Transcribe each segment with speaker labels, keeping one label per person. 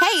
Speaker 1: Hey,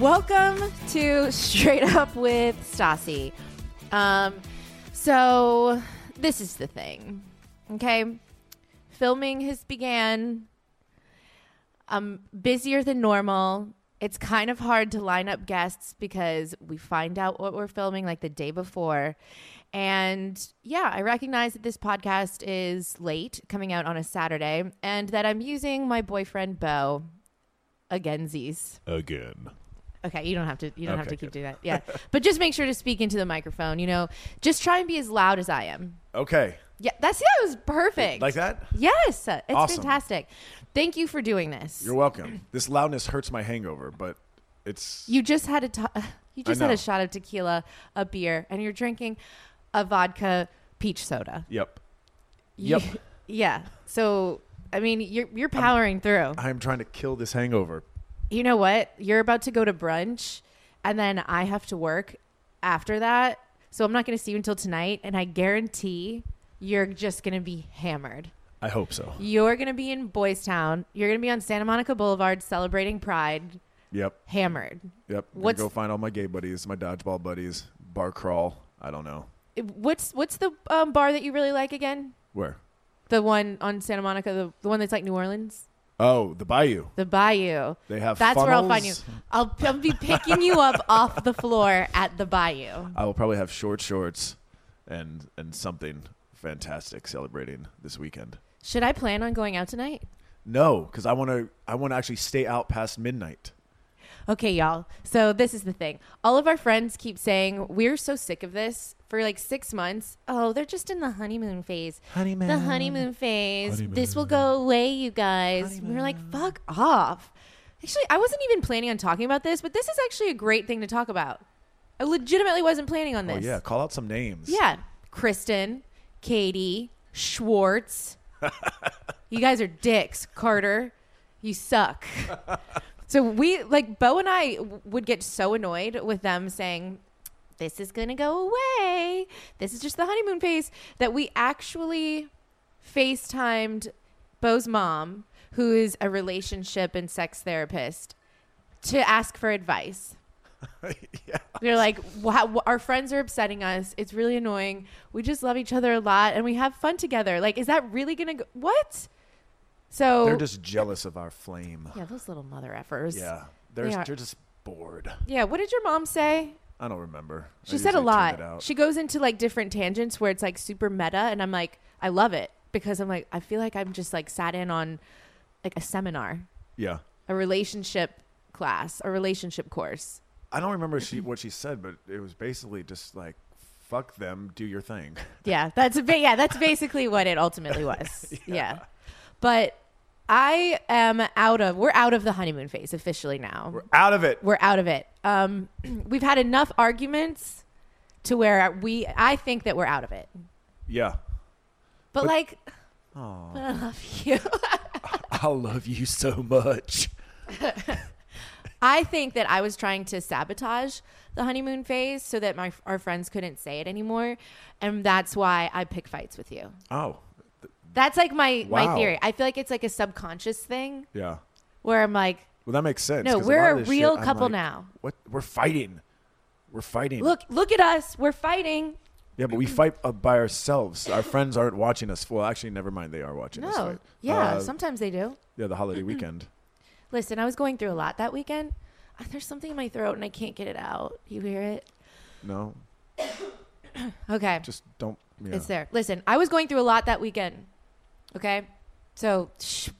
Speaker 2: Welcome to Straight Up with Stassi. Um, so this is the thing, okay? Filming has began. I'm busier than normal. It's kind of hard to line up guests because we find out what we're filming like the day before. And yeah, I recognize that this podcast is late, coming out on a Saturday, and that I'm using my boyfriend Bo againzies.
Speaker 3: again.
Speaker 2: Okay, you don't have to. You don't have to
Speaker 3: Okay,
Speaker 2: keep
Speaker 3: good.
Speaker 2: doing that. Yeah, but just make sure to speak into the microphone. You know, just try and be as loud as I am.
Speaker 3: Okay.
Speaker 2: Yeah, that's that was perfect.
Speaker 3: Like that?
Speaker 2: Yes, uh, it's
Speaker 3: Awesome.
Speaker 2: fantastic. Thank you for doing this.
Speaker 3: You're welcome. This loudness hurts my hangover, but it's
Speaker 2: you just had a t- you just had
Speaker 3: know.
Speaker 2: a shot of tequila, a beer, and you're drinking a vodka peach soda.
Speaker 3: yep. Yep.
Speaker 2: yeah. So I mean, you're you're powering through.
Speaker 3: I am trying to kill this hangover.
Speaker 2: you know what? You're about to go to brunch, and then I have to work after that. So I'm not going to see you until tonight. And I guarantee you're just going to be hammered.
Speaker 3: I hope so.
Speaker 2: You're going to be in Boys Town. You're going to be on Santa Monica Boulevard celebrating Pride,
Speaker 3: Yep.
Speaker 2: hammered.
Speaker 3: Yep.
Speaker 2: What's-
Speaker 3: Gonna go find all my gay buddies, my dodgeball buddies, bar crawl. I don't know
Speaker 2: What's what's the um, bar that you really like again?
Speaker 3: where.
Speaker 2: The one on Santa Monica, the, the one that's like New Orleans,
Speaker 3: Oh, the Bayou.
Speaker 2: the Bayou.
Speaker 3: They have
Speaker 2: That's where I'll find you.
Speaker 3: funnels.
Speaker 2: I'll, I'll be picking you up off the floor at the Bayou.
Speaker 3: I will probably have short shorts and and something fantastic celebrating this weekend.
Speaker 2: Should I plan on going out tonight?
Speaker 3: No, because I want to. I want to actually stay out past midnight.
Speaker 2: Okay, y'all. So this is the thing. All of our friends keep saying we're so sick of this for like six months. Oh, they're just in the honeymoon phase.
Speaker 3: Honeymoon.
Speaker 2: The honeymoon phase. This will go away, you guys. We're like, fuck off. Actually, I wasn't even planning on talking about this, but this is actually a great thing to talk about. I legitimately wasn't planning on
Speaker 3: Oh
Speaker 2: this.
Speaker 3: yeah, call out some names.
Speaker 2: Yeah. Kristen, Katie, Schwartz. you guys are dicks, Carter. You suck. so we like Bo and I w- would get so annoyed with them saying this is going to go away. This is just the honeymoon phase that we actually FaceTimed Bo's mom, who is a relationship and sex therapist, to ask for advice.
Speaker 3: yeah.
Speaker 2: They're like, wow, our friends are upsetting us. It's really annoying. We just love each other a lot and we have fun together. Like, is that really going to go? What? So,
Speaker 3: They're just jealous of our flame.
Speaker 2: yeah, those little mother effers.
Speaker 3: Yeah. They're,
Speaker 2: They
Speaker 3: they
Speaker 2: are.
Speaker 3: are just bored.
Speaker 2: Yeah. What did your mom say?
Speaker 3: I don't remember. I
Speaker 2: She said a
Speaker 3: usually tune it
Speaker 2: lot.
Speaker 3: out.
Speaker 2: She goes into like different tangents where it's like super meta. And I'm like, I love it because I'm like, I feel like I'm just like sat in on like a seminar,
Speaker 3: yeah.
Speaker 2: a relationship class, a relationship course.
Speaker 3: I don't remember she what she said, but it was basically just like, fuck them, do your thing.
Speaker 2: Yeah, that's ba- yeah, that's basically what it ultimately was. yeah. But I am out of we're out of the honeymoon phase officially now. We're,
Speaker 3: We're out of it.
Speaker 2: out of it. Um we've had enough arguments to where we I think that we're out of it.
Speaker 3: Yeah.
Speaker 2: But, like but I love you.
Speaker 3: I love you so much.
Speaker 2: I think that I was trying to sabotage the honeymoon phase so that my our friends couldn't say it anymore, and that's why I pick fights with you.
Speaker 3: Oh, th-
Speaker 2: That's like my my
Speaker 3: Wow.
Speaker 2: theory. I feel like it's like a subconscious thing
Speaker 3: yeah.
Speaker 2: where I'm like,
Speaker 3: Well, that makes sense.
Speaker 2: No,
Speaker 3: 'cause
Speaker 2: we're
Speaker 3: lot of
Speaker 2: a
Speaker 3: this
Speaker 2: real
Speaker 3: I'm
Speaker 2: couple
Speaker 3: like,
Speaker 2: now.
Speaker 3: What? We're fighting. We're fighting.
Speaker 2: look, look at us, we're fighting.
Speaker 3: Yeah, but we fight uh, by ourselves. Our friends aren't watching us. Well, actually, never mind. They are watching us
Speaker 2: No,
Speaker 3: fight.
Speaker 2: yeah,
Speaker 3: Uh,
Speaker 2: sometimes they do.
Speaker 3: yeah, the holiday weekend.
Speaker 2: Listen, I was going through a lot that weekend. Uh, There's something in my throat and I can't get it out. You hear it?
Speaker 3: No,
Speaker 2: Okay.
Speaker 3: just don't. Yeah.
Speaker 2: It's there. Listen, I was going through a lot that weekend. Okay? So, shh,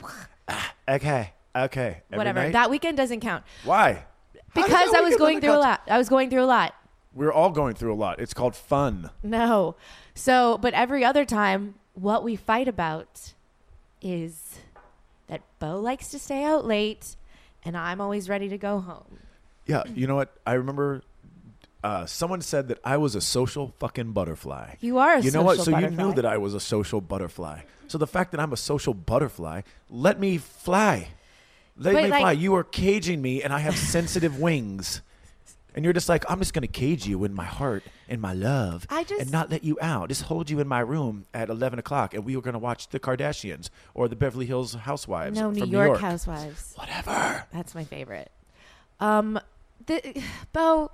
Speaker 3: Okay. Okay. Every
Speaker 2: whatever.
Speaker 3: night?
Speaker 2: that weekend doesn't count
Speaker 3: Why? How does
Speaker 2: because
Speaker 3: that
Speaker 2: I was
Speaker 3: weekend
Speaker 2: going
Speaker 3: not
Speaker 2: through a
Speaker 3: count?
Speaker 2: lot. I was going through a lot.
Speaker 3: We're all going through a lot. It's called fun.
Speaker 2: No. So, but every other time, what we fight about is that Bo likes to stay out late and I'm always ready to go home.
Speaker 3: Yeah. You know what? I remember uh, someone said that I was a social fucking butterfly.
Speaker 2: You are a
Speaker 3: You know what? So
Speaker 2: social
Speaker 3: you knew
Speaker 2: butterfly.
Speaker 3: that I was a social butterfly. So the fact that I'm a social butterfly, let me fly. Let
Speaker 2: But,
Speaker 3: me
Speaker 2: like-
Speaker 3: fly. You are caging me, and I have sensitive wings. And you're just like, I'm just gonna cage you in my heart and my love,
Speaker 2: I just-
Speaker 3: and not let you out. Just hold you in my room at 11 o'clock, and we were gonna watch the Kardashians or the Beverly Hills Housewives.
Speaker 2: No, New
Speaker 3: from
Speaker 2: York,
Speaker 3: New York
Speaker 2: housewives.
Speaker 3: Whatever.
Speaker 2: That's my favorite. Um, the, Bo,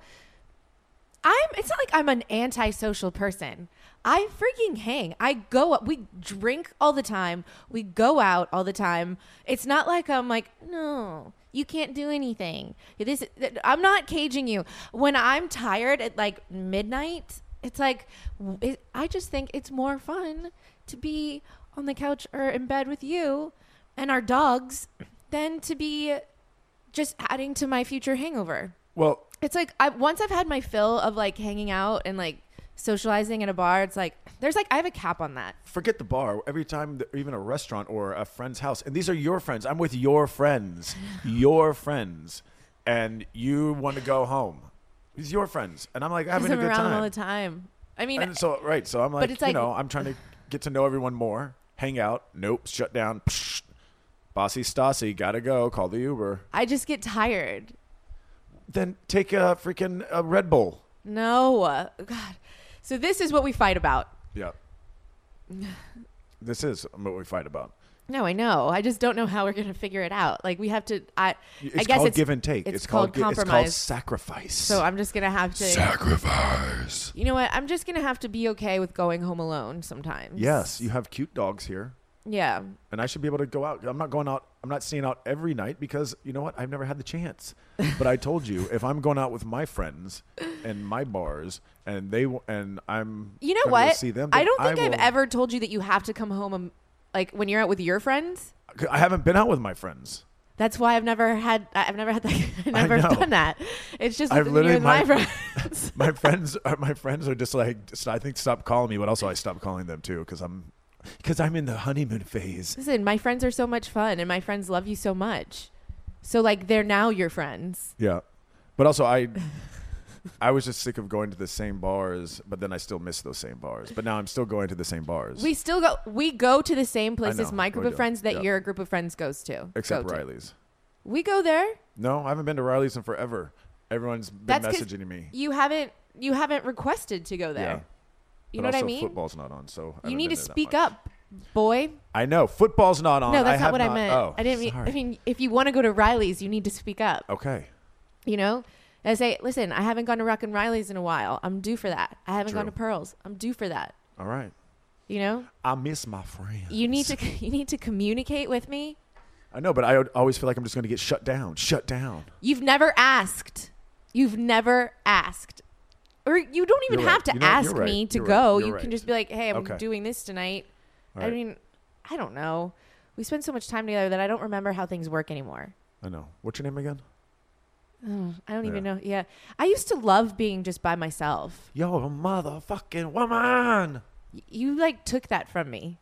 Speaker 2: I'm. It's not like I'm an antisocial person. I freaking hang. I go. up- We drink all the time. We go out all the time. It's not like I'm like no. You can't do anything. This th- I'm not caging you. When I'm tired at like midnight, it's like w- it, I just think it's more fun to be on the couch or in bed with you and our dogs than to be just adding to my future hangover.
Speaker 3: Well,
Speaker 2: It's like I once I've had my fill of like hanging out and like socializing in a bar. It's like there's like I have a cap on that.
Speaker 3: forget the bar every time that- even a restaurant or a friend's house and these are your friends i'm with your friends your friends and you want to go home these are your friends and i'm like having
Speaker 2: Because
Speaker 3: a
Speaker 2: I'm
Speaker 3: good
Speaker 2: around
Speaker 3: time
Speaker 2: all the time. I mean,
Speaker 3: and so right so i'm like,
Speaker 2: it's
Speaker 3: you
Speaker 2: like-
Speaker 3: know i'm trying to get to know everyone more hang out nope shut down Psh. bossy stassi gotta go call the uber
Speaker 2: I just get tired.
Speaker 3: then take a freaking a red bull
Speaker 2: No, God. So this is what we fight about.
Speaker 3: yeah this is what we fight about
Speaker 2: No, I know. I just don't know how we're gonna figure it out. Like we have to. I.
Speaker 3: it's
Speaker 2: I guess
Speaker 3: called
Speaker 2: it's
Speaker 3: give and take
Speaker 2: It's, called,
Speaker 3: gi- it's
Speaker 2: compromise.
Speaker 3: called sacrifice
Speaker 2: so I'm just gonna have to.
Speaker 3: sacrifice
Speaker 2: you know what? I'm just gonna have to be okay with going home alone sometimes.
Speaker 3: Yes, you have cute dogs here,
Speaker 2: Yeah.
Speaker 3: and I should be able to go out. I'm not going out. I'm not staying out every night because you know what? I've never had the chance. But I told you, if I'm going out with my friends and my bars, and they w- and I'm
Speaker 2: You know
Speaker 3: gonna go
Speaker 2: what?
Speaker 3: See them.
Speaker 2: I
Speaker 3: then
Speaker 2: don't think I have
Speaker 3: will-
Speaker 2: ever told you that you have to come home um, like when you're out with your friends.
Speaker 3: I haven't been out with my friends.
Speaker 2: That's why I've never had I- I've never had that I've never
Speaker 3: know.
Speaker 2: done that. It's just
Speaker 3: I've
Speaker 2: with you
Speaker 3: literally-
Speaker 2: and my,
Speaker 3: my-
Speaker 2: friends.
Speaker 3: My friends, are, my friends are just like just, I think stop calling me, but also I stop calling them too because I'm because I'm in the honeymoon phase.
Speaker 2: Listen, my friends are so much fun and my friends love you so much. So like they're now your friends.
Speaker 3: Yeah, but also I. I was just sick of going to the same bars, but then I still miss those same bars. But now I'm still going to the same bars.
Speaker 2: We still go we go to the same places
Speaker 3: know.
Speaker 2: my
Speaker 3: We
Speaker 2: group
Speaker 3: do.
Speaker 2: of friends that
Speaker 3: Yeah.
Speaker 2: your group of friends goes to.
Speaker 3: Except
Speaker 2: go to.
Speaker 3: Riley's.
Speaker 2: We go there.
Speaker 3: No, I haven't been to Riley's in forever. Everyone's been
Speaker 2: 'cause
Speaker 3: messaging me.
Speaker 2: You haven't you haven't requested to go there. You know what
Speaker 3: but
Speaker 2: I
Speaker 3: also
Speaker 2: mean?
Speaker 3: Football's not on, so I
Speaker 2: You
Speaker 3: haven't
Speaker 2: need to
Speaker 3: been there that
Speaker 2: speak
Speaker 3: much.
Speaker 2: up, boy.
Speaker 3: I know football's not on.
Speaker 2: No, that's
Speaker 3: have
Speaker 2: not what I meant.
Speaker 3: Oh,
Speaker 2: I didn't mean.
Speaker 3: sorry.
Speaker 2: I mean, if you want to go to Riley's, you need to speak up.
Speaker 3: okay.
Speaker 2: You know, and say, listen, I haven't gone to Rock and Riley's in a while. I'm due for that. I haven't gone
Speaker 3: True.
Speaker 2: to Pearls. I'm due for that.
Speaker 3: All right.
Speaker 2: You know,
Speaker 3: I miss my friends.
Speaker 2: you need to you need to communicate with me.
Speaker 3: I know, but I would always feel like I'm just going to get shut down. Shut down.
Speaker 2: You've never asked. You've never asked. Or you don't even
Speaker 3: You're
Speaker 2: have
Speaker 3: right.
Speaker 2: to
Speaker 3: You know,
Speaker 2: ask
Speaker 3: you're right.
Speaker 2: me to
Speaker 3: You're right.
Speaker 2: go.
Speaker 3: You're
Speaker 2: You
Speaker 3: right.
Speaker 2: can just be like, "Hey, I'm
Speaker 3: Okay.
Speaker 2: doing this tonight."
Speaker 3: All
Speaker 2: I
Speaker 3: right.
Speaker 2: mean, I don't know. We spend so much time together that I don't remember how things work anymore.
Speaker 3: I know. What's your name again?
Speaker 2: I don't even know. Yeah. I used to love being just by myself.
Speaker 3: Yo, a motherfucking woman.
Speaker 2: Y- You like took that from me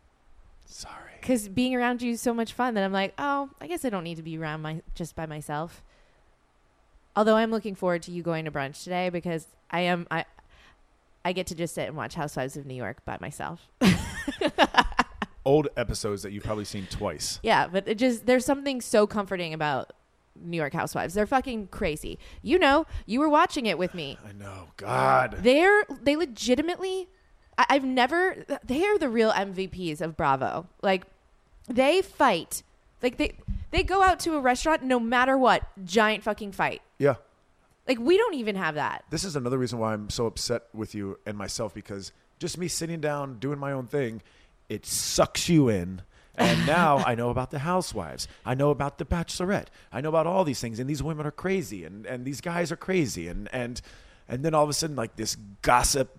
Speaker 3: Sorry.
Speaker 2: because being around you is so much fun that I'm like, oh, I guess I don't need to be around my just by myself. Although I'm looking forward to you going to brunch today because I am I I get to just sit and watch Housewives of New York by myself.
Speaker 3: Old episodes that you've probably seen twice.
Speaker 2: yeah, but it just there's something so comforting about New York Housewives. They're fucking crazy. You know, you were watching it with me.
Speaker 3: I know. God.
Speaker 2: They're they legitimately. I, I've never. They are the real MVPs of Bravo. Like they fight. Like they they go out to a restaurant no matter what. Giant fucking fight.
Speaker 3: Yeah.
Speaker 2: Like we don't even have that.
Speaker 3: This is another reason why I'm so upset with you and myself because just me sitting down doing my own thing, it sucks you in. And now I know about the housewives. I know about the bachelorette. I know about all these things. And these women are crazy and, and these guys are crazy. And, and, and then all of a sudden, like this gossip,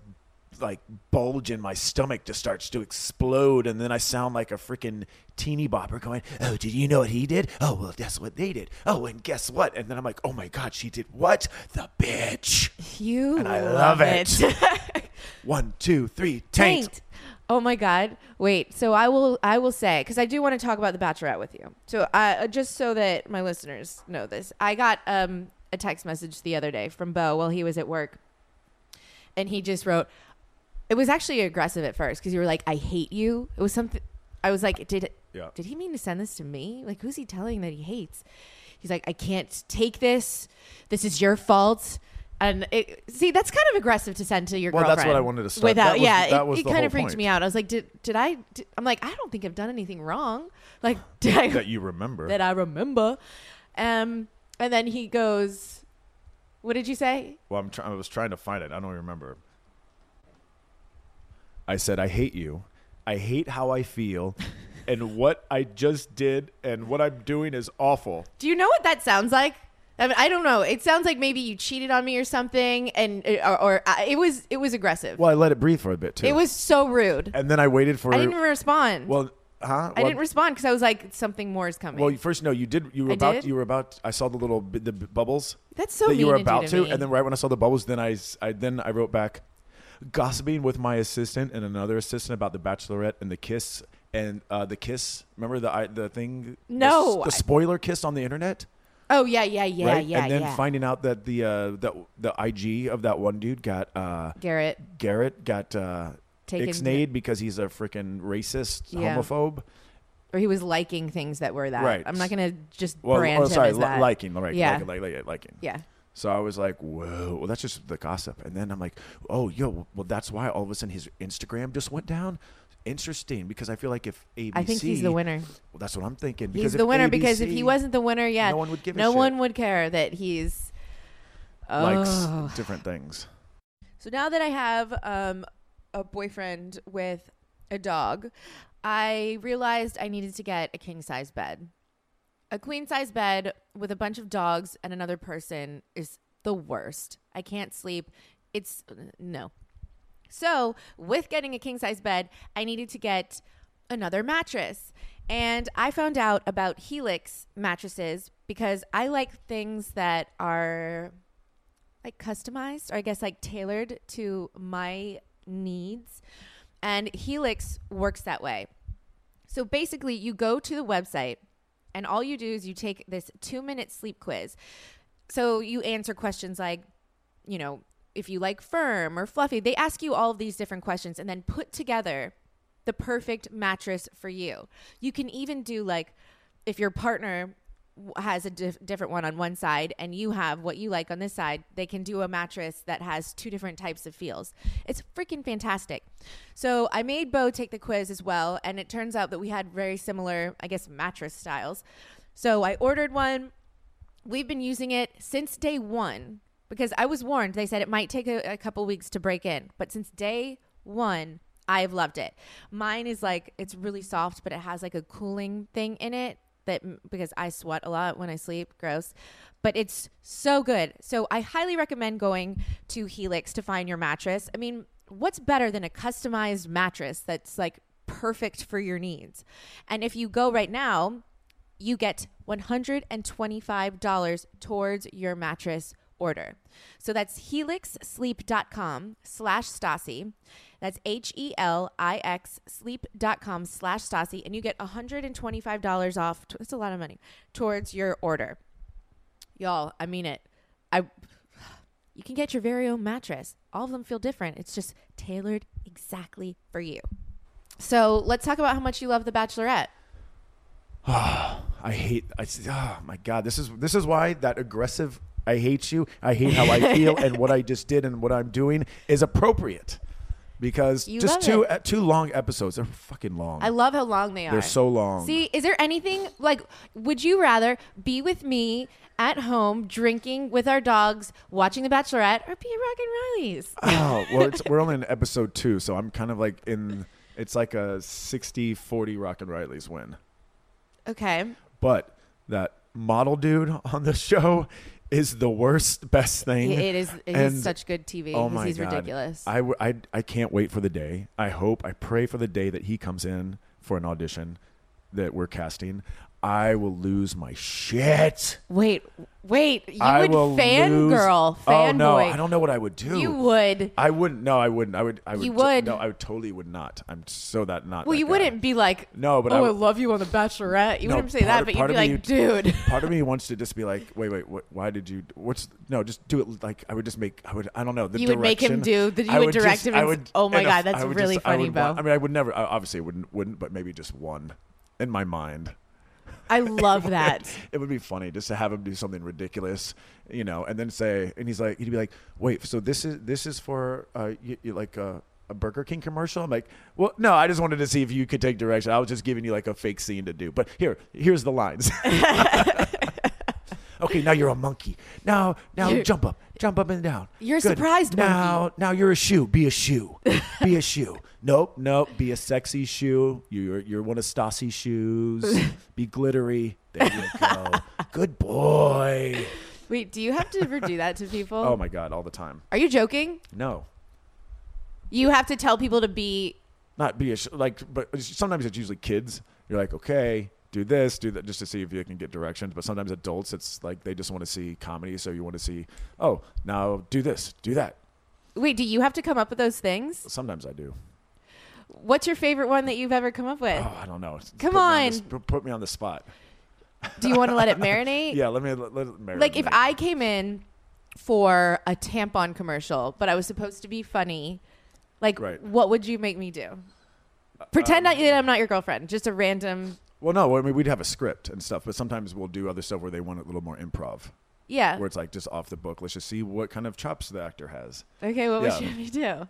Speaker 3: like bulge in my stomach just starts to explode. And then I sound like a freaking teeny bopper going, Oh, did you know what he did? Oh, well, that's what they did. Oh, and guess what? And then I'm like, Oh my God, she did what? The bitch.
Speaker 2: You
Speaker 3: And I love it. One, two, three, taint.
Speaker 2: Taint. Oh my God! Wait. So I will. I will say because I do want to talk about the Bachelorette with you. So uh, just so that my listeners know this, I got um, a text message the other day from Bo while he was at work, and he just wrote. It was actually aggressive at first because you were like, "I hate you." It was something. I was like, "Did
Speaker 3: Yeah.
Speaker 2: did he mean to send this to me? Like, who's he telling that he hates?" He's like, "I can't take this. This is your fault." And it, see, that's kind of aggressive to send to your
Speaker 3: Well, that's what
Speaker 2: girlfriend
Speaker 3: I wanted to start-
Speaker 2: Without,
Speaker 3: that was-
Speaker 2: yeah,
Speaker 3: that
Speaker 2: it,
Speaker 3: was
Speaker 2: it
Speaker 3: the
Speaker 2: kind
Speaker 3: whole
Speaker 2: of freaked
Speaker 3: point.
Speaker 2: me out. I was like, did did I? Did, I'm like, I don't think I've done anything wrong. Like, did I?
Speaker 3: That you remember.
Speaker 2: that I remember. Um, and then he goes, "What did you say?"
Speaker 3: well, I'm try- I was trying to find it. I don't remember. I said, I hate you. I hate how I feel. and what I just did and what I'm doing is awful.
Speaker 2: Do you know what that sounds like? I, mean, I don't know. It sounds like maybe you cheated on me or something, and or, or I, it was it was aggressive.
Speaker 3: Well, I let it breathe for a bit, too.
Speaker 2: It was so rude.
Speaker 3: and then I waited for
Speaker 2: I didn't even respond.
Speaker 3: Well, huh?
Speaker 2: I
Speaker 3: Well,
Speaker 2: didn't respond because I was like, something more is coming.
Speaker 3: Well, you first no, you did. You were
Speaker 2: I
Speaker 3: about.
Speaker 2: did?
Speaker 3: You were about. I saw the little bu- the bu- bubbles.
Speaker 2: That's so
Speaker 3: that you were
Speaker 2: mean of you
Speaker 3: about
Speaker 2: to
Speaker 3: to,
Speaker 2: me.
Speaker 3: and then right when I saw the bubbles, then I, s- I- then I wrote back, gossiping with my assistant and another assistant about the Bachelorette and the kiss and uh, the kiss. Remember the I, the thing? the
Speaker 2: No,
Speaker 3: s- the,
Speaker 2: I-
Speaker 3: spoiler kiss on the internet,
Speaker 2: oh yeah, yeah, yeah,
Speaker 3: right?
Speaker 2: yeah,
Speaker 3: and then
Speaker 2: yeah.
Speaker 3: finding out that the uh, that the IG of that one dude got uh,
Speaker 2: Garrett,
Speaker 3: Garrett got uh,
Speaker 2: Taken-
Speaker 3: ixnayed because he's a freaking racist
Speaker 2: Yeah.
Speaker 3: homophobe.
Speaker 2: or he was liking things that were that.
Speaker 3: Right.
Speaker 2: I'm not gonna just
Speaker 3: Well,
Speaker 2: brand
Speaker 3: oh, sorry,
Speaker 2: him as
Speaker 3: li-
Speaker 2: that.
Speaker 3: liking, right?
Speaker 2: Yeah.
Speaker 3: Liking, li- li- liking.
Speaker 2: Yeah.
Speaker 3: So I was like, whoa, well, that's just the gossip. And then I'm like, oh, yo, well, that's why all of a sudden his Instagram just went down. Interesting, because I feel like if ABC.
Speaker 2: I think he's the winner.
Speaker 3: Well, that's what I'm thinking. Because
Speaker 2: He's
Speaker 3: if
Speaker 2: the winner because if
Speaker 3: ABC
Speaker 2: he wasn't the winner, yeah,
Speaker 3: no one would give a
Speaker 2: no
Speaker 3: shit.
Speaker 2: one would care that he's.
Speaker 3: Likes
Speaker 2: Oh.
Speaker 3: different things.
Speaker 2: So now that I have um, a boyfriend with a dog, I realized I needed to get a king size bed. A queen size bed with a bunch of dogs and another person is the worst. I can't sleep. It's no. So, with getting a king size bed, I needed to get another mattress. And I found out about Helix mattresses because I like things that are like customized or I guess like tailored to my needs. And Helix works that way. So basically, you go to the website and all you do is you take this two minute sleep quiz. So you answer questions like, you know, if you like firm or fluffy, they ask you all of these different questions and then put together the perfect mattress for you. You can even do like if your partner w- has a dif- different one on one side and you have what you like on this side, they can do a mattress that has two different types of feels. It's freaking fantastic. So I made Bo take the quiz as well, and it turns out that we had very similar, I guess, mattress styles. So I ordered one. We've been using it since day one because I was warned. They said it might take a, a couple weeks to break in, but since day one, I've loved it. Mine is like it's really soft, but it has like a cooling thing in it that because I sweat a lot when I sleep, gross. But it's so good. So I highly recommend going to Helix to find your mattress. I mean, what's better than a customized mattress that's like perfect for your needs? And if you go right now, you get $125 towards your mattress order. So that's helixsleep.com slash Stasi. That's E H-E-L-I-X sleep.com slash Stasi. And you get $125 off. That's a lot of money towards your order. Y'all, I mean it. I you can get your very own mattress. All of them feel different. It's just tailored exactly for you. So let's talk about how much you love The Bachelorette.
Speaker 3: I hate. I s- oh my god, this is this is why that aggressive. I hate you. I hate how I feel and what I just did and what I'm doing is appropriate because
Speaker 2: You
Speaker 3: just
Speaker 2: love
Speaker 3: two
Speaker 2: it.
Speaker 3: uh, two long episodes. They're fucking long.
Speaker 2: I love how long they are.
Speaker 3: They're so long.
Speaker 2: See, is there anything like would you rather be with me at home drinking with our dogs, watching The Bachelorette, or be at Rock and Riley's?
Speaker 3: Oh, well, it's, we're only in episode two, so I'm kind of like in. It's like a 60 40 Rock and Riley's win.
Speaker 2: Okay.
Speaker 3: But that model dude on the show is the worst, best thing.
Speaker 2: It is it
Speaker 3: And-
Speaker 2: is such good TV
Speaker 3: Oh
Speaker 2: because
Speaker 3: my
Speaker 2: he's
Speaker 3: God.
Speaker 2: ridiculous.
Speaker 3: I, w- I, I can't wait for the day. I hope, I pray for the day that he comes in for an audition that we're casting. I will lose my shit.
Speaker 2: wait, wait, you
Speaker 3: I
Speaker 2: would
Speaker 3: will
Speaker 2: fangirl,
Speaker 3: lose-
Speaker 2: fanboy.
Speaker 3: Oh no, I don't know what I would do.
Speaker 2: You would.
Speaker 3: I wouldn't. No, I wouldn't. I would. I would.
Speaker 2: You
Speaker 3: t-
Speaker 2: would.
Speaker 3: No, I would, totally would not. I'm so that not.
Speaker 2: Well,
Speaker 3: that
Speaker 2: you
Speaker 3: guy.
Speaker 2: wouldn't be like,
Speaker 3: No, but
Speaker 2: oh,
Speaker 3: I
Speaker 2: I,
Speaker 3: w-
Speaker 2: love you on The Bachelorette. You
Speaker 3: No,
Speaker 2: wouldn't say
Speaker 3: part
Speaker 2: that,
Speaker 3: of-
Speaker 2: but you'd
Speaker 3: part
Speaker 2: be
Speaker 3: of me
Speaker 2: like,
Speaker 3: would-
Speaker 2: dude.
Speaker 3: part of me wants to just be like, wait, wait, what, why did you? What's no? Just do it. Like I would just make. I would. I don't know. The
Speaker 2: You would make him
Speaker 3: direction.
Speaker 2: do- that you
Speaker 3: I
Speaker 2: would direct him
Speaker 3: I
Speaker 2: and-
Speaker 3: would,
Speaker 2: oh my
Speaker 3: and a-
Speaker 2: God, that's
Speaker 3: I would
Speaker 2: really
Speaker 3: just- I
Speaker 2: funny,
Speaker 3: would want-
Speaker 2: Bo.
Speaker 3: I mean, I would never. I obviously, wouldn't. Wouldn't. But maybe just one in my mind.
Speaker 2: I love that.
Speaker 3: It would be funny just to have him do something ridiculous, you know, and then say, and he's like, he'd be like, wait, so this is this is for uh, you, you like a, a Burger King commercial? I'm like, well, no, I just wanted to see if you could take direction. I was just giving you like a fake scene to do, but here, here's the lines. okay, now you're a monkey. Now, now jump up, jump up and down.
Speaker 2: You're a surprised monkey.
Speaker 3: Now, now you're a shoe. Be a shoe. Be a shoe. Nope, nope. Be a sexy shoe. You're you're one of Stassi's shoes. Be glittery. There you go. Good boy.
Speaker 2: Wait, do you have to ever do that to people?
Speaker 3: Oh my god, all the time.
Speaker 2: Are you joking?
Speaker 3: No,
Speaker 2: You have to tell people to be
Speaker 3: not be a sh- like. But sometimes it's usually kids. You're like, okay, do this, do that, just to see if you can get directions. But sometimes adults, it's like they just want to see comedy. So you want to see, oh, now do this, do that.
Speaker 2: Wait, do you have to come up with those things?
Speaker 3: Sometimes I do.
Speaker 2: What's your favorite one that you've ever come up with?
Speaker 3: Oh, I don't know. It's-
Speaker 2: Come
Speaker 3: put me the
Speaker 2: on.
Speaker 3: sp- put me on the spot.
Speaker 2: Do you want to let it marinate?
Speaker 3: Yeah, let me let, let it marinate.
Speaker 2: Like if I came in for a tampon commercial, but I was supposed to be funny, like
Speaker 3: Right. Uh, um,
Speaker 2: what would you make me do? Pretend I, that I'm not your girlfriend. Just a random,
Speaker 3: Well, no, I mean we'd have a script and stuff, but sometimes we'll do other stuff where they want a little more improv,
Speaker 2: yeah.
Speaker 3: where it's like just off the book. Let's just see what kind of chops the actor has.
Speaker 2: Okay, what would
Speaker 3: yeah.
Speaker 2: you have me do?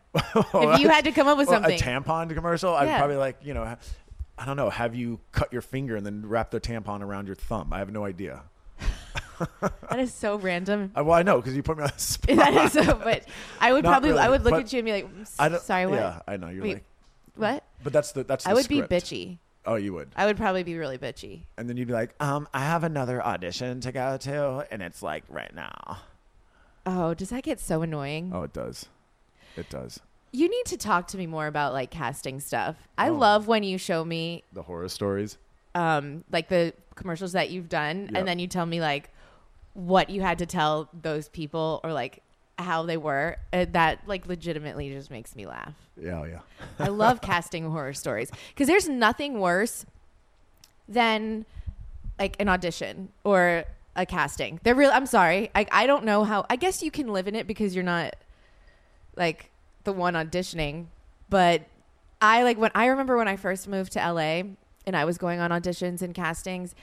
Speaker 2: if you had to come up with
Speaker 3: Well,
Speaker 2: something,
Speaker 3: a tampon commercial,
Speaker 2: Yeah.
Speaker 3: I'd probably like you know, ha- I don't know, have you cut your finger and then wrap the tampon around your thumb? I have no idea.
Speaker 2: that is so random.
Speaker 3: I, well, I know because you put me on the spot.
Speaker 2: that is so. But I would
Speaker 3: Not
Speaker 2: probably, I
Speaker 3: really,
Speaker 2: would look
Speaker 3: but
Speaker 2: at you and be like, "I'm s-
Speaker 3: I don't,
Speaker 2: "Sorry, what?
Speaker 3: Yeah, I know you're
Speaker 2: Wait,
Speaker 3: like,
Speaker 2: what?"
Speaker 3: but that's the that's. The
Speaker 2: I would
Speaker 3: script.
Speaker 2: be bitchy.
Speaker 3: Oh, you would.
Speaker 2: I would probably be really bitchy.
Speaker 3: And then you'd be like, um, I have another audition to go to, and it's like right now.
Speaker 2: Oh, does that get so annoying?
Speaker 3: Oh, it does. It does.
Speaker 2: You need to talk to me more about like casting stuff. I
Speaker 3: Oh.
Speaker 2: love when you show me
Speaker 3: The horror stories.
Speaker 2: um like the commercials that you've done
Speaker 3: Yep.
Speaker 2: and then you tell me like what you had to tell those people or like how they were. Uh, that like legitimately just makes me laugh.
Speaker 3: Yeah, yeah.
Speaker 2: I love casting horror stories because there's nothing worse than like an audition or a casting. They're real. I'm sorry. I, I don't know how. I guess you can live in it because you're not like the one auditioning. But I like when I remember when I first moved to LA and I was going on auditions and castings,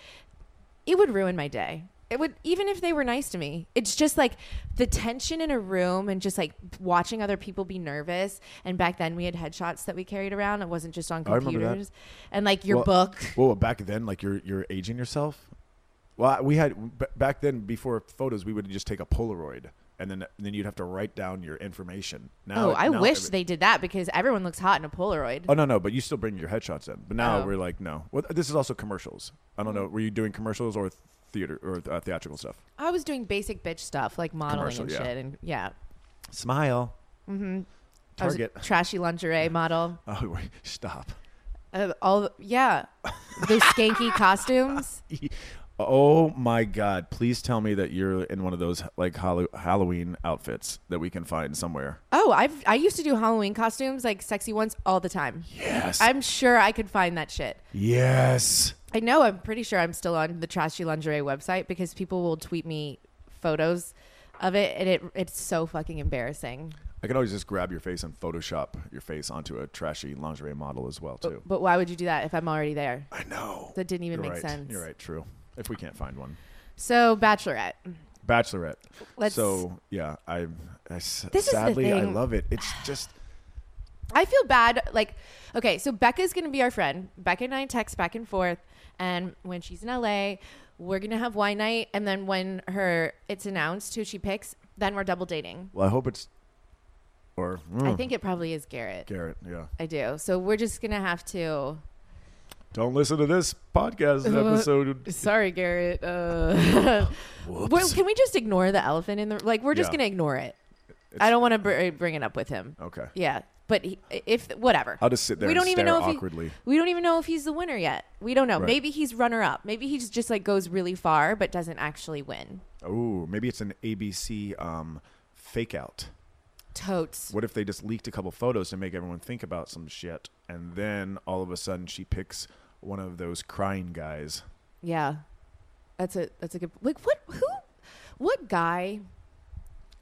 Speaker 2: it would ruin my day. It would even if they were nice to me. It's just like the tension in a room and just like watching other people be nervous. And back then we had headshots that we carried around. It wasn't just on
Speaker 3: I remember that.
Speaker 2: computers. And like your
Speaker 3: Well,
Speaker 2: book.
Speaker 3: Well, back then, like you're you're aging yourself. Well, I- we had b- back then before photos, we would just take a Polaroid, and then then you'd have to write down your information. Now,
Speaker 2: Oh, I
Speaker 3: now
Speaker 2: wish
Speaker 3: every-
Speaker 2: they did that because everyone looks hot in a Polaroid.
Speaker 3: Oh no, no, but you still bring your headshots in. But now
Speaker 2: Oh.
Speaker 3: we're like, no. Well, this is also commercials. I don't know. Were you doing commercials or theater or uh, theatrical stuff?
Speaker 2: I was doing basic bitch stuff like modeling
Speaker 3: Commercial,
Speaker 2: and
Speaker 3: yeah.
Speaker 2: shit, and yeah,
Speaker 3: Smile. Mm-hmm. Target.
Speaker 2: I was a trashy lingerie model.
Speaker 3: oh, wait, stop.
Speaker 2: Uh, all yeah, the skanky costumes.
Speaker 3: Oh my God! Please tell me that you're in one of those like Hall- Halloween outfits that we can find somewhere.
Speaker 2: Oh, I've I used to do Halloween costumes like sexy ones all the time.
Speaker 3: Yes.
Speaker 2: I'm sure I could find that shit.
Speaker 3: yes.
Speaker 2: I know. I'm pretty sure I'm still on the trashy lingerie website because people will tweet me photos of it, and it it's so fucking embarrassing.
Speaker 3: I can always just grab your face and Photoshop your face onto a trashy lingerie model as well, too.
Speaker 2: But why would you do that if I'm already there?
Speaker 3: I know.
Speaker 2: That didn't even
Speaker 3: You're
Speaker 2: make
Speaker 3: right.
Speaker 2: sense.
Speaker 3: You're right. True. if we can't find one.
Speaker 2: So, Bachelorette.
Speaker 3: Bachelorette.
Speaker 2: Let's-
Speaker 3: so yeah, I, I s-
Speaker 2: This is the
Speaker 3: sadly I
Speaker 2: thing.
Speaker 3: love it. It's just
Speaker 2: I feel bad. Like, okay, so Becca's gonna be our friend. Becca and I text back and forth, and when she's in LA, we're gonna have wine night, and then when her it's announced who she picks, then we're double dating.
Speaker 3: well, I hope it's or
Speaker 2: I
Speaker 3: mm,
Speaker 2: think it probably is Garrett.
Speaker 3: Garrett. Yeah,
Speaker 2: I do. So we're just gonna have to.
Speaker 3: don't listen to this podcast episode.
Speaker 2: Sorry, Garrett. Uh, we're-
Speaker 3: Whoops.
Speaker 2: can we just ignore the elephant in the like? We're just
Speaker 3: Yeah.
Speaker 2: gonna ignore it. I don't want to br- bring it up with him.
Speaker 3: Okay.
Speaker 2: Yeah, but he, if whatever,
Speaker 3: I'll just sit there
Speaker 2: We
Speaker 3: and
Speaker 2: don't even
Speaker 3: stare
Speaker 2: know if he-
Speaker 3: awkwardly.
Speaker 2: we don't even know if he's the winner yet. We don't know.
Speaker 3: Right.
Speaker 2: Maybe he's runner up. Maybe he just, just like goes really far but doesn't actually win.
Speaker 3: Oh, maybe it's an ABC um, fake out.
Speaker 2: Totes.
Speaker 3: What if they just leaked a couple photos to make everyone think about some shit, and then all of a sudden she picks one of those crying guys?
Speaker 2: Yeah, that's a that's a good like what who what guy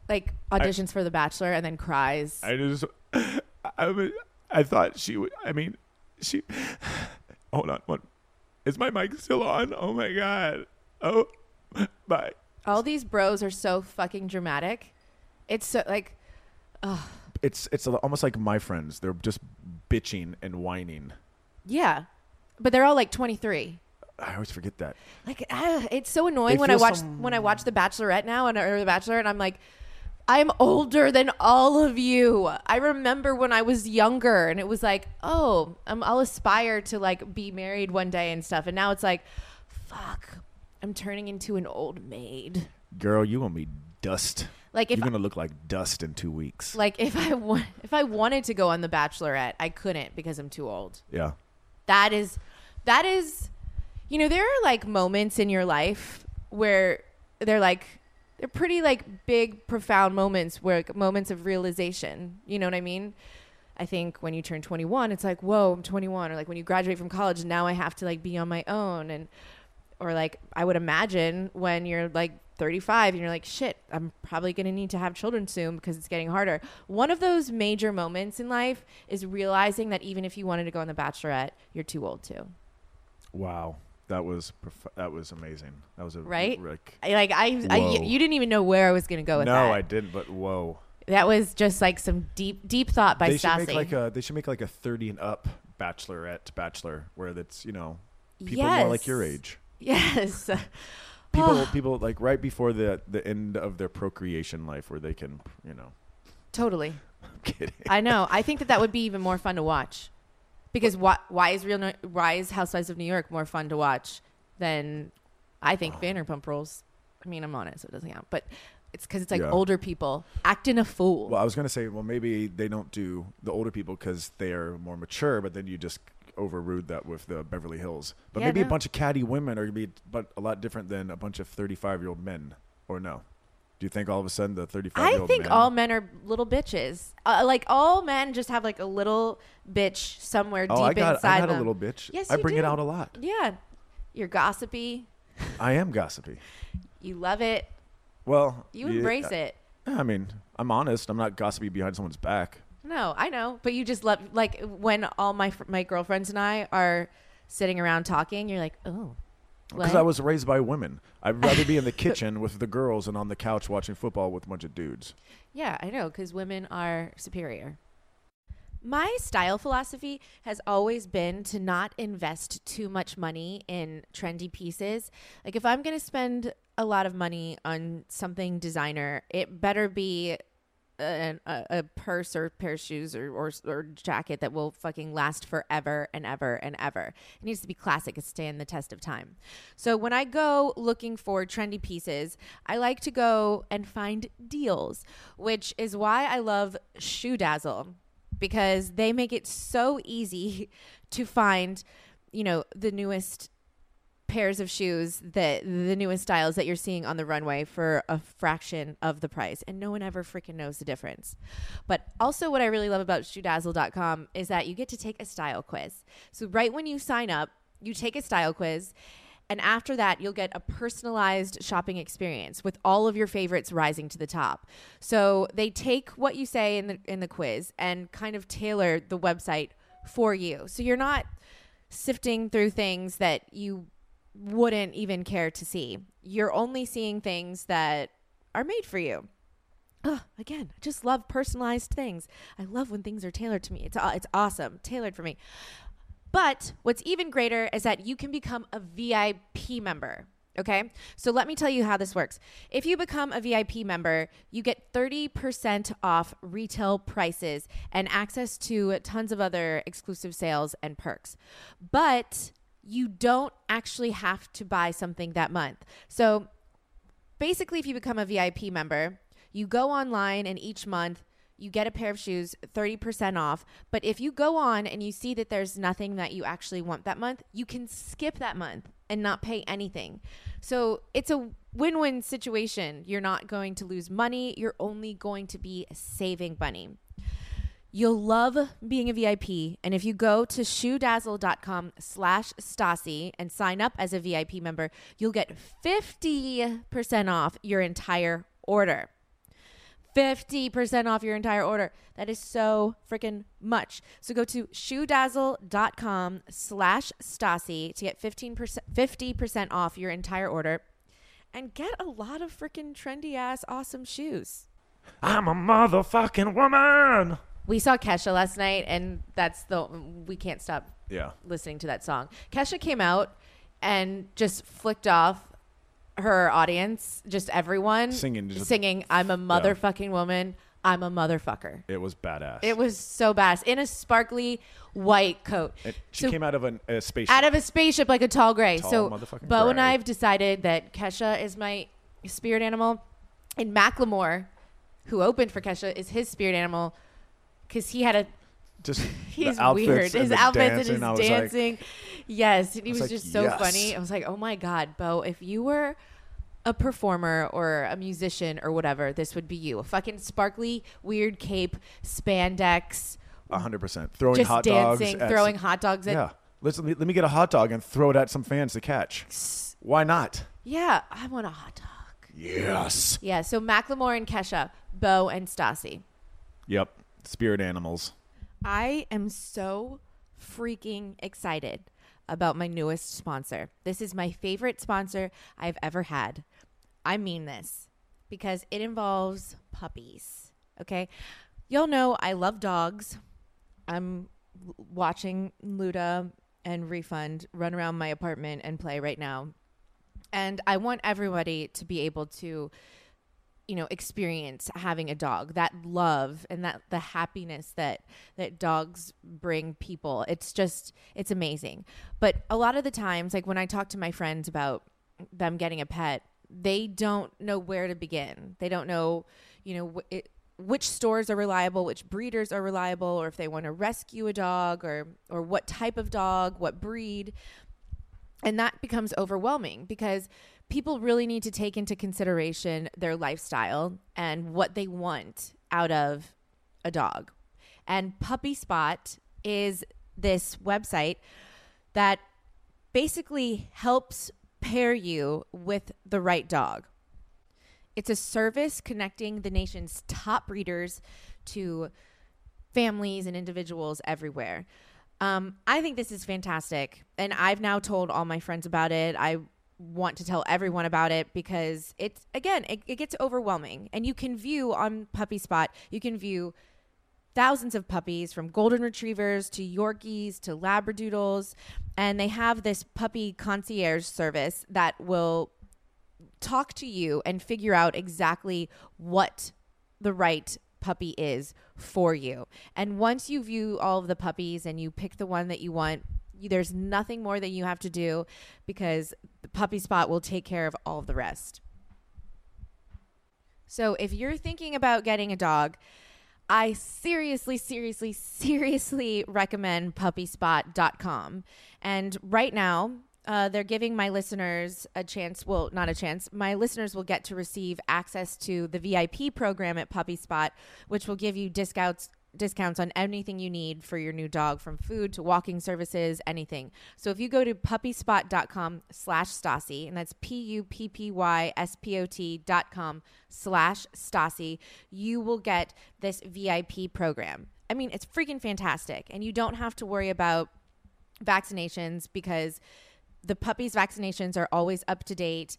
Speaker 2: like auditions for The Bachelor and then cries.
Speaker 3: I just, I, mean, I thought she would. I mean, she. Hold on, what? Is my mic still on? Oh my god! Oh, bye.
Speaker 2: All these bros are so fucking dramatic. It's so like
Speaker 3: It's it's almost like my friends. They're just bitching and whining.
Speaker 2: yeah, but they're all like twenty three.
Speaker 3: I always forget that.
Speaker 2: like ah, it's so annoying
Speaker 3: They
Speaker 2: when I
Speaker 3: feel
Speaker 2: watch
Speaker 3: some-
Speaker 2: when I watch The Bachelorette now and or The Bachelor, and I'm like, I'm older than all of you. I remember when I was younger, and it was like, oh, I'm, I'll aspire to like be married one day and stuff. And now it's like, fuck, I'm turning into an old maid.
Speaker 3: Girl, you gonna be dust.
Speaker 2: Like, if
Speaker 3: you're gonna look like dust in two weeks.
Speaker 2: Like if I wa- if I wanted to go on The Bachelorette, I couldn't because I'm too old.
Speaker 3: yeah.
Speaker 2: that is that is you know there are like moments in your life where they're like they're pretty like big profound moments where like, moments of realization you know what i mean i think when you turn 21 it's like whoa i'm 21 or like when you graduate from college now i have to like be on my own and or like i would imagine when you're like 35 and you're like shit i'm probably going to need to have children soon because it's getting harder one of those major moments in life is realizing that even if you wanted to go on the bachelorette you're too old to
Speaker 3: Wow, that was prof- that was amazing. That was a
Speaker 2: Right?
Speaker 3: Like,
Speaker 2: I, like I, I
Speaker 3: Whoa.
Speaker 2: you didn't even know where i was going to go
Speaker 3: no,
Speaker 2: with that
Speaker 3: I didn't. But whoa,
Speaker 2: that was just like some deep deep thought by
Speaker 3: they should
Speaker 2: Stassi.
Speaker 3: make like a they should make like a thirty and up bachelorette bachelor where that's you know people more like your
Speaker 2: Yes.
Speaker 3: age.
Speaker 2: yes
Speaker 3: People people like right before the the end of their procreation life where they can you know.
Speaker 2: totally
Speaker 3: I'm kidding.
Speaker 2: I know. I think that that would be even more fun to watch, because why, why is real No- why is Housewives of New York more fun to watch than I think
Speaker 3: Oh.
Speaker 2: Vanderpump Rules? I mean, I'm on it, so it doesn't count. But it's because it's like
Speaker 3: Yeah.
Speaker 2: older people acting a fool.
Speaker 3: Well, I was gonna say, well, maybe they don't do the older people because they are more mature, but then you just overrode that with the Beverly Hills. But
Speaker 2: Yeah,
Speaker 3: maybe
Speaker 2: no.
Speaker 3: a bunch of catty women are gonna be, but a lot different than a bunch of thirty-five-year-old men, or no? Do you think all of a sudden the
Speaker 2: I
Speaker 3: thirty-five-year-old?
Speaker 2: think
Speaker 3: men,
Speaker 2: all men are little bitches. Uh, like all men just have like a little bitch somewhere
Speaker 3: Oh,
Speaker 2: deep
Speaker 3: I got,
Speaker 2: inside
Speaker 3: I got
Speaker 2: them.
Speaker 3: a little bitch.
Speaker 2: Yes,
Speaker 3: I
Speaker 2: you
Speaker 3: bring it
Speaker 2: do.
Speaker 3: out a lot.
Speaker 2: Yeah, you're gossipy.
Speaker 3: I am gossipy.
Speaker 2: You love it.
Speaker 3: Well,
Speaker 2: You embrace it.
Speaker 3: I mean, I'm honest. I'm not gossipy behind someone's back.
Speaker 2: No, I know, but you just love like when all my fr- my girlfriends and I are sitting around talking. You're like, oh,
Speaker 3: Because
Speaker 2: what?"
Speaker 3: I was raised by women. I'd rather be in the kitchen with the girls and on the couch watching football with a bunch of dudes.
Speaker 2: yeah, I know, because women are superior. My style philosophy has always been to not invest too much money in trendy pieces. Like if I'm gonna spend a lot of money on something designer, it better be an, a, a purse or pair of shoes or, or or jacket that will fucking last forever and ever and ever. It needs to be classic. It stand the test of time. So when I go looking for trendy pieces, I like to go and find deals, which is why I love Shoe Dazzle because they make it so easy to find, you know, the newest pairs of shoes that the newest styles that you're seeing on the runway for a fraction of the price and no one ever freaking knows the difference but also what i really love about shoedazzle.com is that you get to take a style quiz so right when you sign up you take a style quiz and after that you'll get a personalized shopping experience with all of your favorites rising to the top so they take what you say in the in the quiz and kind of tailor the website for you so you're not sifting through things that you wouldn't even care to see. You're only seeing things that are made for you. Ugh, again, I just love personalized things. I love when things are tailored to me. It's aw- it's awesome, tailored for me. But what's even greater is that you can become a VIP member. Okay. So let me tell you how this works. If you become a VIP member, you get 30% off retail prices and access to tons of other exclusive sales and perks. But you don't actually have to buy something that month. So basically, if you become a VIP member, you go online and each month you get a pair of shoes 30% off. But if you go on and you see that there's nothing that you actually want that month, you can skip that month and not pay anything. So it's a win win situation. You're not going to lose money, you're only going to be saving money. You'll love being a VIP, and if you go to shoedazzle.com slash Stasi and sign up as a VIP member, you'll get 50% off your entire order. 50% off your entire order. That is so freaking much. So go to shoedazzle.com slash Stasi to get 15%, 50% off your entire order and get a lot of freaking trendy ass awesome shoes.
Speaker 3: I'm a motherfucking woman.
Speaker 2: We saw Kesha last night, and that's the we can't stop
Speaker 3: Yeah.
Speaker 2: listening to that song. Kesha came out and just flicked off her audience, just everyone
Speaker 3: Singing, just-
Speaker 2: singing. I'm a motherfucking woman. I'm a motherfucker.
Speaker 3: It was badass.
Speaker 2: It was so badass in a sparkly white coat.
Speaker 3: And she
Speaker 2: So-
Speaker 3: came out of an, a spaceship.
Speaker 2: out of a spaceship like a tall gray.
Speaker 3: Tall
Speaker 2: so
Speaker 3: motherfucking
Speaker 2: Bo and
Speaker 3: gray.
Speaker 2: I've decided that Kesha is my spirit animal, and Macklemore, who opened for Kesha, is his spirit animal because he had a
Speaker 3: just
Speaker 2: he's
Speaker 3: the outfits
Speaker 2: weird.
Speaker 3: and
Speaker 2: His
Speaker 3: the
Speaker 2: outfits
Speaker 3: dancing, I
Speaker 2: and
Speaker 3: was
Speaker 2: his
Speaker 3: like,
Speaker 2: dancing. yes, and he was,
Speaker 3: was like,
Speaker 2: just so
Speaker 3: yes.
Speaker 2: funny. I was like, oh my god, Bo, if you were a performer or a musician or whatever, this would be you. A fucking sparkly, weird cape, spandex,
Speaker 3: A hundred percent. Throwing
Speaker 2: just
Speaker 3: hot
Speaker 2: dancing,
Speaker 3: dogs. at
Speaker 2: throwing
Speaker 3: some-
Speaker 2: hot dogs at
Speaker 3: Yeah. Let's, let me- let me get a hot dog and throw it at some fans to catch. Why not?
Speaker 2: Yeah, I want a hot dog.
Speaker 3: Yes.
Speaker 2: Yeah, so Macklemore and Kesha, Bo and Stassi.
Speaker 3: Yep. Spirit animals.
Speaker 2: I am so freaking excited about my newest sponsor. This is my favorite sponsor I've ever had. I mean this because it involves puppies. Okay. Y'all know I love dogs. I'm w- watching Luda and Refund run around my apartment and play right now. And I want everybody to be able to you know experience having a dog that love and that the happiness that that dogs bring people it's just it's amazing but a lot of the times like when i talk to my friends about them getting a pet they don't know where to begin they don't know you know wh- it, which stores are reliable which breeders are reliable or if they want to rescue a dog or or what type of dog what breed and that becomes overwhelming because people really need to take into consideration their lifestyle and what they want out of a dog. And Puppy Spot is this website that basically helps pair you with the right dog. It's a service connecting the nation's top breeders to families and individuals everywhere. Um, I think this is fantastic. And I've now told all my friends about it. I want to tell everyone about it because it's, again, it, it gets overwhelming. And you can view on Puppy Spot, you can view thousands of puppies from golden retrievers to yorkies to labradoodles and they have this puppy concierge service that will talk to you and figure out exactly what the right puppy is for you. And once you view all of the puppies and you pick the one that you want, you, there's nothing more that you have to do because the puppy spot will take care of all of the rest. So if you're thinking about getting a dog, I seriously, seriously, seriously recommend puppyspot.com. And right now, uh, they're giving my listeners a chance. Well, not a chance. My listeners will get to receive access to the VIP program at Puppy Spot, which will give you discounts discounts on anything you need for your new dog from food to walking services anything so if you go to puppyspot.com slash stasi and that's p-u-p-p-y-s-p-o-t dot com slash stasi you will get this vip program i mean it's freaking fantastic and you don't have to worry about vaccinations because the puppies' vaccinations are always up to date,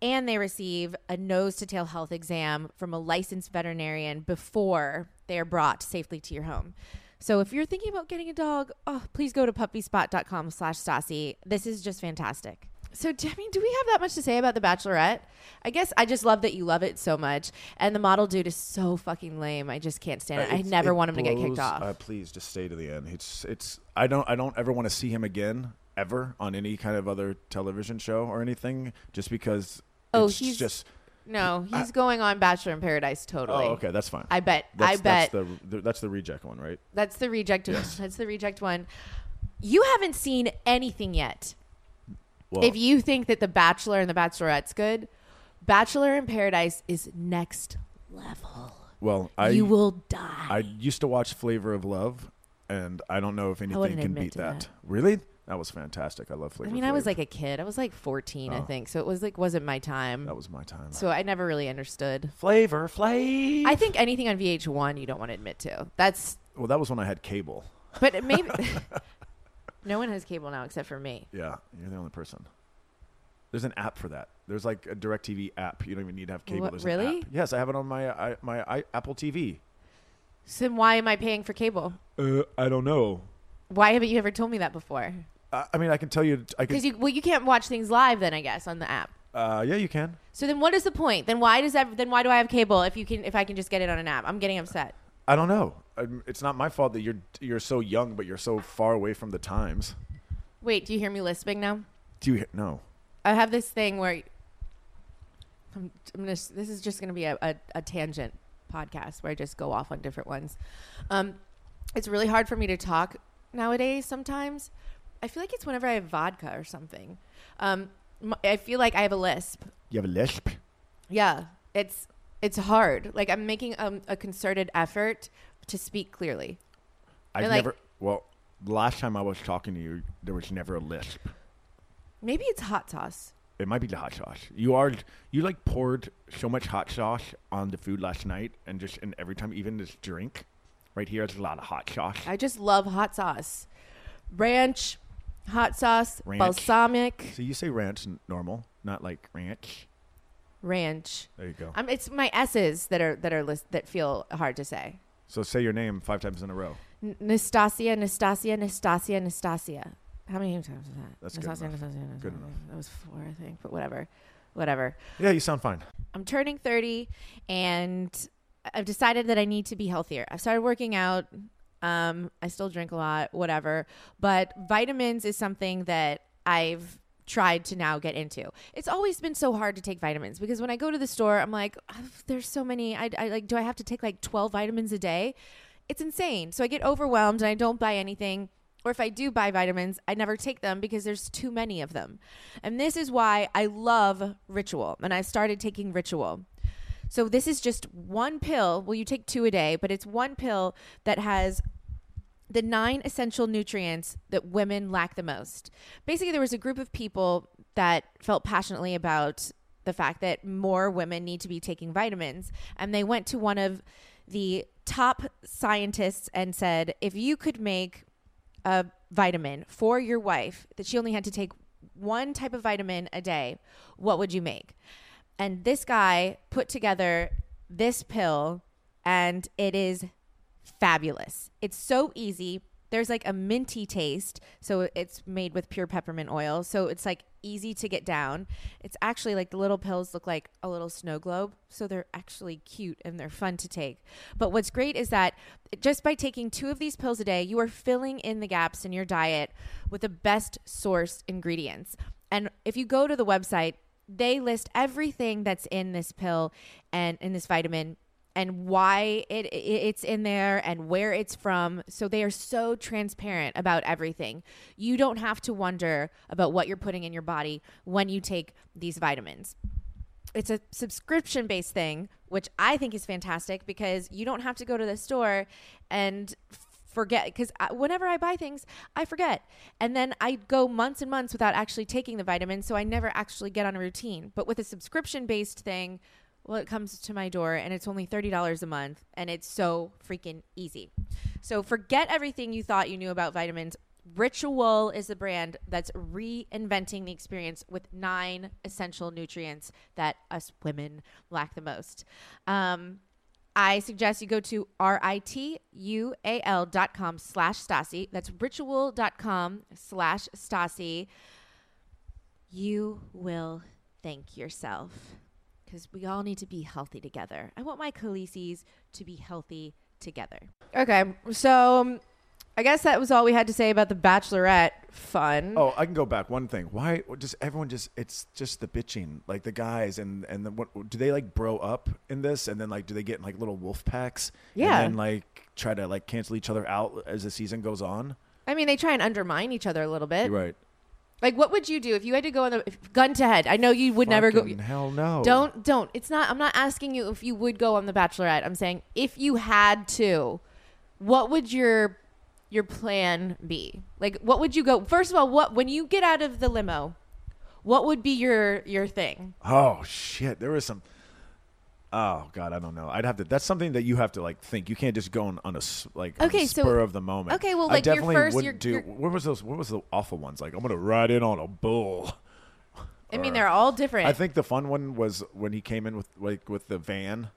Speaker 2: and they receive a nose to tail health exam from a licensed veterinarian before they are brought safely to your home. So if you're thinking about getting a dog, oh, please go to puppyspot.com slash Stassi. This is just fantastic. So, Demi, do we have that much to say about The Bachelorette? I guess I just love that you love it so much. And the model dude is so fucking lame. I just can't stand it. I
Speaker 3: Uh, It's-
Speaker 2: never
Speaker 3: it
Speaker 2: want him to get
Speaker 3: blows-
Speaker 2: kicked off.
Speaker 3: Uh, please just stay to the end. It's it's I don't I don't ever want to see him again ever on any kind of other television show or anything just because
Speaker 2: Oh,
Speaker 3: it's
Speaker 2: he's-
Speaker 3: just
Speaker 2: No, he's going on Bachelor in Paradise totally.
Speaker 3: Oh, okay, that's fine.
Speaker 2: I bet- I
Speaker 3: That's,
Speaker 2: bet-
Speaker 3: that's the, the that's the reject one, right?
Speaker 2: That's the reject That's the reject one. You haven't seen anything yet.
Speaker 3: Well,
Speaker 2: If you think that The Bachelor and The Bachelorette's good, Bachelor in Paradise is next level.
Speaker 3: well, I
Speaker 2: you will die.
Speaker 3: I used to watch Flavor of Love and I don't know if anything
Speaker 2: wouldn't
Speaker 3: can
Speaker 2: admit
Speaker 3: beat
Speaker 2: to
Speaker 3: that.
Speaker 2: that.
Speaker 3: Really? That was fantastic. I love Flavor
Speaker 2: I mean,
Speaker 3: Flav.
Speaker 2: I was like a kid. I was like 14, I think. So it was like wasn't my time.
Speaker 3: Oh. that was my time.
Speaker 2: so I never really understood.
Speaker 3: Flavor Flav.
Speaker 2: I think anything on VH1 you don't want to admit to. That's
Speaker 3: well, that was when I had cable.
Speaker 2: but it maybe no one has cable now except for me.
Speaker 3: Yeah, you're the only person. There's an app for that. There's like a DirecTV app. You don't even need to have cable.
Speaker 2: What,
Speaker 3: There's An
Speaker 2: really?
Speaker 3: app. Yes, I have it on my I, my I, Apple TV.
Speaker 2: So then why am I paying for cable?
Speaker 3: Uh, I don't know.
Speaker 2: Why haven't you ever told me that before?
Speaker 3: I, I mean, I can tell you. I can.
Speaker 2: Because you well, you can't watch things live then, I guess, on the app.
Speaker 3: uh, yeah, you can.
Speaker 2: So then, what is the point? Then why does that? Then why do I have cable if you can? If I can just get it on an app, I'm getting upset.
Speaker 3: I don't know. Um it's not my fault that you're you're so young, but you're so far away from the times.
Speaker 2: Wait, do you hear me lisping now?
Speaker 3: Do you hear- no?
Speaker 2: I have this thing where I'm, I'm gonna, this is just going to be a, a, a tangent podcast where I just go off on different ones. Um, it's really hard for me to talk nowadays sometimes. I feel like it's whenever I have vodka or something. Um, m- I feel like I have a lisp.
Speaker 3: You have a lisp.
Speaker 2: Yeah, it's it's hard. Like I'm making um, a concerted effort to speak clearly.
Speaker 3: I've
Speaker 2: You're like-
Speaker 3: never. well, the last time I was talking to you, there was never a lisp.
Speaker 2: Maybe it's hot sauce.
Speaker 3: It might be the hot sauce. You are you like poured so much hot sauce on the food last night, and just and every time, even this drink, right here, it's a lot of hot sauce.
Speaker 2: I just love hot sauce, ranch, hot sauce,
Speaker 3: Ranch.
Speaker 2: balsamic,
Speaker 3: so you say ranch n- normal, not like ranch.
Speaker 2: ranch.
Speaker 3: There you go.
Speaker 2: Um, it's my s's that are that are list that feel hard to say.
Speaker 3: so say your name five times in a row.
Speaker 2: N- Nastasia, Nastasia, Nastasia, Nastasia. How many times was that?
Speaker 3: That's good
Speaker 2: Nastasia,
Speaker 3: enough.
Speaker 2: Nastasia, Nastasia.
Speaker 3: Good enough.
Speaker 2: That was four, I think, but whatever, whatever.
Speaker 3: Yeah, you sound fine.
Speaker 2: I'm turning 30 and I've decided that I need to be healthier. I've started working out. Um, I still drink a lot, whatever. But vitamins is something that I've tried to now get into. It's always been so hard to take vitamins because when I go to the store, I'm like, "Ugh, there's so many. I, I like, do I have to take like 12 vitamins a day? It's insane. So I get overwhelmed and I don't buy anything or if I do buy vitamins, I never take them because there's too many of them. And this is why I love Ritual and I started taking Ritual. So this is just one pill. Well, you take two a day, but it's one pill that has the nine essential nutrients that women lack the most. Basically, there was a group of people that felt passionately about the fact that more women need to be taking vitamins. And they went to one of the top scientists and said, if you could make a vitamin for your wife that she only had to take one type of vitamin a day, what would you make? And this guy put together this pill, and it is fabulous. It's so easy. There's like a minty taste. So it's made with pure peppermint oil. So it's like easy to get down. It's actually like the little pills look like a little snow globe. So they're actually cute and they're fun to take. But what's great is that just by taking two of these pills a day, you are filling in the gaps in your diet with the best sourced ingredients. And if you go to the website, they list everything that's in this pill and in this vitamin and why it, it it's in there and where it's from. So they are so transparent about everything. You don't have to wonder about what you're putting in your body when you take these vitamins. It's a subscription based thing, which I think is fantastic because you don't have to go to the store and forget. Because whenever I buy things, I forget. And then I go months and months without actually taking the vitamins. So I never actually get on a routine. But with a subscription based thing, well, it comes to my door and it's only $30 a month and it's so freaking easy. So forget everything you thought you knew about vitamins. Ritual is a brand that's reinventing the experience with nine essential nutrients that us women lack the most. Um, I suggest you go to R-I-T-U-A-L dot com slash Stasi. That's ritual dot com slash Stasi. You will thank yourself because we all need to be healthy together. I want my Khaleesi's to be healthy together. Okay, so um, I guess that was all we had to say about the Bachelorette fun.
Speaker 3: Oh, I can go back one thing. Why just everyone just it's just the bitching, like the guys and and the, what do they like bro up in this, and then like do they get in like little wolf packs?
Speaker 2: Yeah.
Speaker 3: and then, like try to like cancel each other out as the season goes on.
Speaker 2: I mean, they try and undermine each other a little bit.
Speaker 3: right.
Speaker 2: Like, what would you do if you had to go on the if, gun to head? I know you would never go.
Speaker 3: Fucking hell no.
Speaker 2: Don't don't. It's not. I'm not asking you if you would go on the Bachelorette. I'm saying if you had to, what would your your plan be? Like, what would you go? First of all, what when you get out of the limo, what would be your your thing?
Speaker 3: Oh shit, there was some. Oh god, I don't know. I'd have to. That's something that you have to like think. You can't just go on, on a s- like on a
Speaker 2: Okay, so-
Speaker 3: spur of the moment.
Speaker 2: okay, well,
Speaker 3: I
Speaker 2: like, your
Speaker 3: definitely
Speaker 2: first-
Speaker 3: wouldn't
Speaker 2: your-
Speaker 3: do.
Speaker 2: your-
Speaker 3: What was those? What was the awful ones? Like I'm gonna ride in on a bull.
Speaker 2: I mean, they're all different.
Speaker 3: I think the fun one was when he came in with like with the van,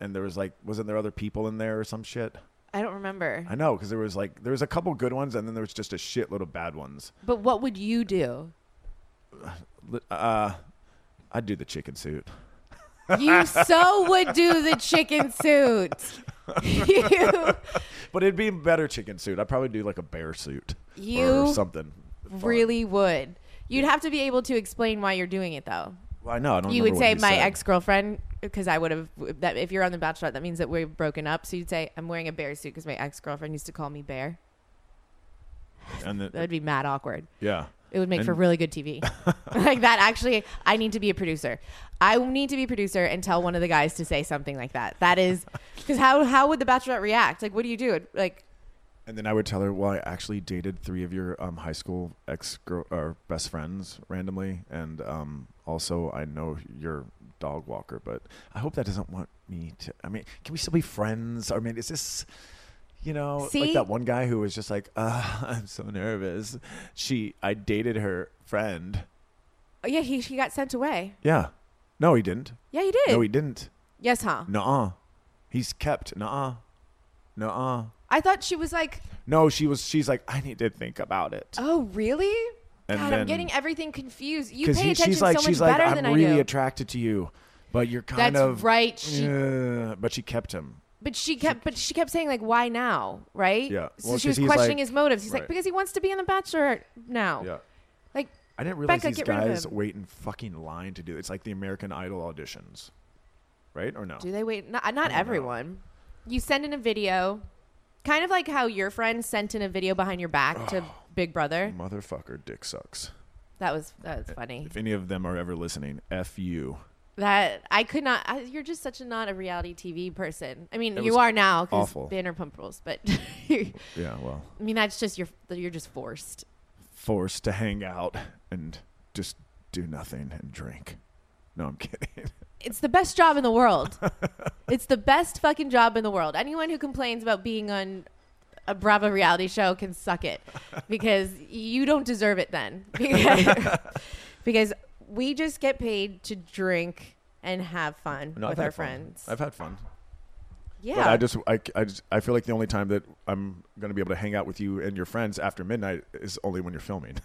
Speaker 3: and there was like wasn't there other people in there or some shit?
Speaker 2: I don't remember.
Speaker 3: I know because there was like there was a couple good ones and then there was just a shitload of bad ones.
Speaker 2: But what would you do?
Speaker 3: Li- Uh, I'd do the chicken suit.
Speaker 2: You so would do the chicken suit. You
Speaker 3: But it'd be a better chicken suit. I'd probably do like a bear suit
Speaker 2: You
Speaker 3: or something. Fun.
Speaker 2: really would. You'd have to be able to explain why you're doing it, though.
Speaker 3: Well, I know. I don't.
Speaker 2: you
Speaker 3: remember
Speaker 2: would
Speaker 3: what
Speaker 2: say
Speaker 3: you
Speaker 2: my
Speaker 3: said.
Speaker 2: ex girlfriend because I would have that if you're on the Bachelorette, that means that we've broken up. So you'd say I'm wearing a bear suit because my ex girlfriend used to call me bear.
Speaker 3: And
Speaker 2: That would
Speaker 3: the,
Speaker 2: be mad awkward.
Speaker 3: yeah.
Speaker 2: It would make for
Speaker 3: And-
Speaker 2: really good TV. like that actually I need to be a producer. I need to be a producer and tell one of the guys to say something like that. That is cuz how how would the bachelorette react? Like what do you do? Like
Speaker 3: And then I would tell her, well, I actually dated three of your um, high school ex girl or best friends randomly, and um, also I know you're dog walker, but I hope that doesn't want me to. I mean, can we still be friends? I mean, is this? You know,
Speaker 2: See?
Speaker 3: like that one guy who was just like, uh, I'm so nervous. She, I dated her friend.
Speaker 2: oh, yeah, he he got sent away.
Speaker 3: Yeah. No, he didn't.
Speaker 2: Yeah, he did.
Speaker 3: No, he didn't.
Speaker 2: yes, huh?
Speaker 3: Nuh-uh. He's kept. Nuh-uh. Nuh-uh.
Speaker 2: I thought she was like,
Speaker 3: No, she was. She's like, I need to think about it.
Speaker 2: "Oh, really?"
Speaker 3: And
Speaker 2: God, I'm
Speaker 3: then-
Speaker 2: getting everything confused. You
Speaker 3: 'Cause
Speaker 2: pay
Speaker 3: he-
Speaker 2: attention
Speaker 3: she's like,
Speaker 2: so much
Speaker 3: she's like,
Speaker 2: better
Speaker 3: I'm
Speaker 2: than
Speaker 3: really
Speaker 2: I do.
Speaker 3: attracted to you, but you're kind
Speaker 2: That's
Speaker 3: of
Speaker 2: right. She-
Speaker 3: Yeah, but she kept him.
Speaker 2: But she kept, but she kept saying like, "Why now?" Right?
Speaker 3: Yeah.
Speaker 2: So
Speaker 3: Well,
Speaker 2: she
Speaker 3: 'cause
Speaker 2: was
Speaker 3: he's
Speaker 2: questioning
Speaker 3: like-
Speaker 2: his motives. He's like,
Speaker 3: right.
Speaker 2: "Because he wants to be in the Bachelor now."
Speaker 3: Yeah.
Speaker 2: Like,
Speaker 3: I didn't
Speaker 2: Oh.
Speaker 3: realize
Speaker 2: Becca,
Speaker 3: these
Speaker 2: get rid of
Speaker 3: guys
Speaker 2: him.
Speaker 3: wait in fucking line to do. It's like the American Idol auditions, right or no?
Speaker 2: do they wait? Not, not everyone. You send in a video, kind of like how your friend sent in a video behind your back to Big Brother.
Speaker 3: Motherfucker, dick sucks.
Speaker 2: That was that was funny.
Speaker 3: If any of them are ever listening, f you.
Speaker 2: That I could not. I, you're just such a not a reality TV person. I mean,
Speaker 3: It
Speaker 2: you
Speaker 3: was
Speaker 2: are now because
Speaker 3: awful.
Speaker 2: Vanderpump Rules, but I
Speaker 3: Yeah, well,
Speaker 2: mean that's just you're you're just forced.
Speaker 3: forced to hang out and just do nothing and drink. No, I'm kidding.
Speaker 2: It's the best job in the world. it's the best fucking job in the world. Anyone who complains about being on a Bravo reality show can suck it because you don't deserve it then. Because, because we just get paid to drink and have fun
Speaker 3: No, I've
Speaker 2: with
Speaker 3: had
Speaker 2: our
Speaker 3: fun.
Speaker 2: friends.
Speaker 3: I've had fun.
Speaker 2: yeah.
Speaker 3: But I just, I, I just, I feel like the only time that I'm going to be able to hang out with you and your friends after midnight is only when you're filming.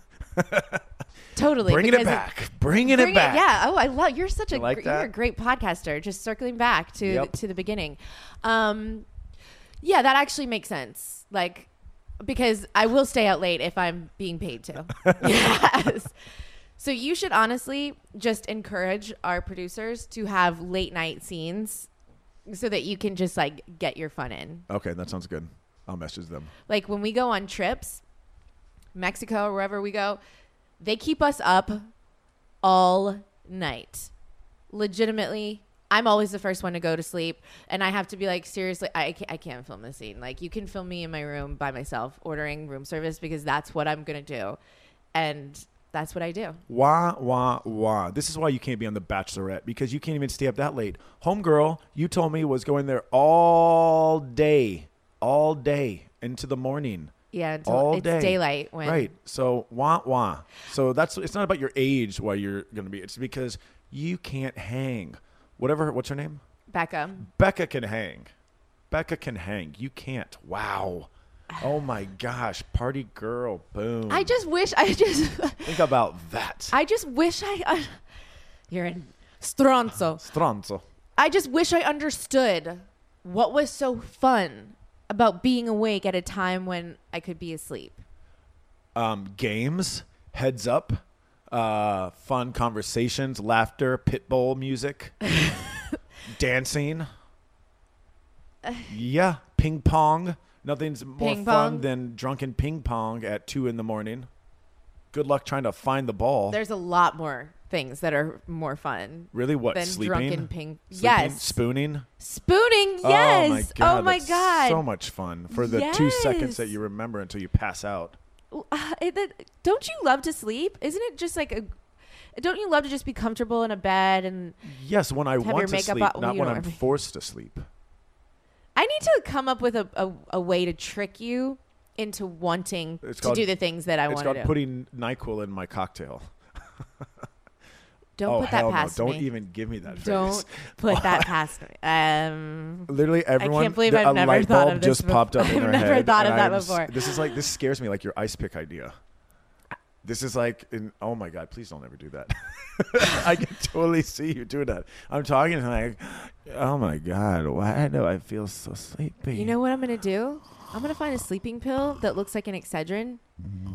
Speaker 2: totally.
Speaker 3: Bringing it
Speaker 2: because
Speaker 3: back. Bringing
Speaker 2: Bring
Speaker 3: it
Speaker 2: it-
Speaker 3: back.
Speaker 2: yeah. Oh, I love. You're such a
Speaker 3: You like
Speaker 2: gr- you're a
Speaker 3: that?
Speaker 2: great podcaster. Just circling back to
Speaker 3: Yep.
Speaker 2: to the beginning. Um, yeah, that actually makes sense. Like, because I will stay out late if I'm being paid to. yes. So you should honestly just encourage our producers to have late night scenes, so that you can just like get your fun in.
Speaker 3: Okay, that sounds good. I'll message them.
Speaker 2: Like when we go on trips, Mexico, wherever we go, they keep us up all night. Legitimately, I'm always the first one to go to sleep, and I have to be like, seriously, I can't, I can't film this scene. Like, you can film me in my room by myself, ordering room service because that's what I'm gonna do, and that's what I do.
Speaker 3: Wah, wah, wah. This is why you can't be on The Bachelorette because you can't even stay up that late. Homegirl, you told me, was going there all day, all day into the morning.
Speaker 2: Yeah, until
Speaker 3: all
Speaker 2: it's
Speaker 3: day.
Speaker 2: daylight when-
Speaker 3: right. So wah wah. So that's it's not about your age why you're going to be. It's because you can't hang. Whatever. What's her name?
Speaker 2: Becca.
Speaker 3: Becca can hang. Becca can hang. You can't. Wow. Oh my gosh. Party girl. Boom.
Speaker 2: I just wish I just
Speaker 3: think about that.
Speaker 2: I just wish I uh, You're in Stronzo.
Speaker 3: Stronzo.
Speaker 2: I just wish I understood what was so fun about being awake at a time when I could be asleep.
Speaker 3: um, games, heads up, uh, fun conversations, laughter, pit bull music, dancing. Yeah, ping pong. Nothing's more
Speaker 2: Ping
Speaker 3: fun
Speaker 2: pong.
Speaker 3: than drunken ping pong at two in the morning. Good luck trying to find the ball.
Speaker 2: There's a lot more things that are more fun.
Speaker 3: really, what
Speaker 2: than
Speaker 3: sleeping?
Speaker 2: drunken ping-
Speaker 3: Sleeping?
Speaker 2: Yes.
Speaker 3: spooning.
Speaker 2: Spooning, yes.
Speaker 3: Oh my god! that's
Speaker 2: God.
Speaker 3: So much fun for the two seconds that
Speaker 2: Yes.
Speaker 3: you remember until you pass out.
Speaker 2: Uh, it- that- don't you love to sleep? Isn't it just like a don't you love to just be comfortable in a bed and
Speaker 3: Yes, when I
Speaker 2: your
Speaker 3: want to
Speaker 2: makeup
Speaker 3: sleep,
Speaker 2: on- well,
Speaker 3: not
Speaker 2: you
Speaker 3: when
Speaker 2: know
Speaker 3: I'm
Speaker 2: what I mean.
Speaker 3: forced to sleep.
Speaker 2: I need to come up with a, a, a way to trick you into wanting
Speaker 3: It's
Speaker 2: to
Speaker 3: called-
Speaker 2: do the things that I
Speaker 3: it's
Speaker 2: want
Speaker 3: called
Speaker 2: to do.
Speaker 3: putting NyQuil in my cocktail.
Speaker 2: don't
Speaker 3: oh
Speaker 2: put that
Speaker 3: hell
Speaker 2: past
Speaker 3: no!
Speaker 2: me.
Speaker 3: Don't even give me that.
Speaker 2: Don't
Speaker 3: phrase.
Speaker 2: put that past me. Um,
Speaker 3: Literally everyone.
Speaker 2: believe
Speaker 3: the-
Speaker 2: I've
Speaker 3: a
Speaker 2: never
Speaker 3: light
Speaker 2: thought
Speaker 3: bulb
Speaker 2: of this
Speaker 3: just popped up
Speaker 2: before. I've
Speaker 3: in her
Speaker 2: never
Speaker 3: head,
Speaker 2: thought
Speaker 3: and
Speaker 2: of that
Speaker 3: I'm s-
Speaker 2: before.
Speaker 3: This is like this scares me. Like your ice pick idea. This is like, in, oh my god! Please don't ever do that. I can totally see you doing that. I'm talking and like, oh my god! Why do I feel so sleepy?
Speaker 2: you know what I'm gonna do? I'm gonna find a sleeping pill that looks like an Excedrin.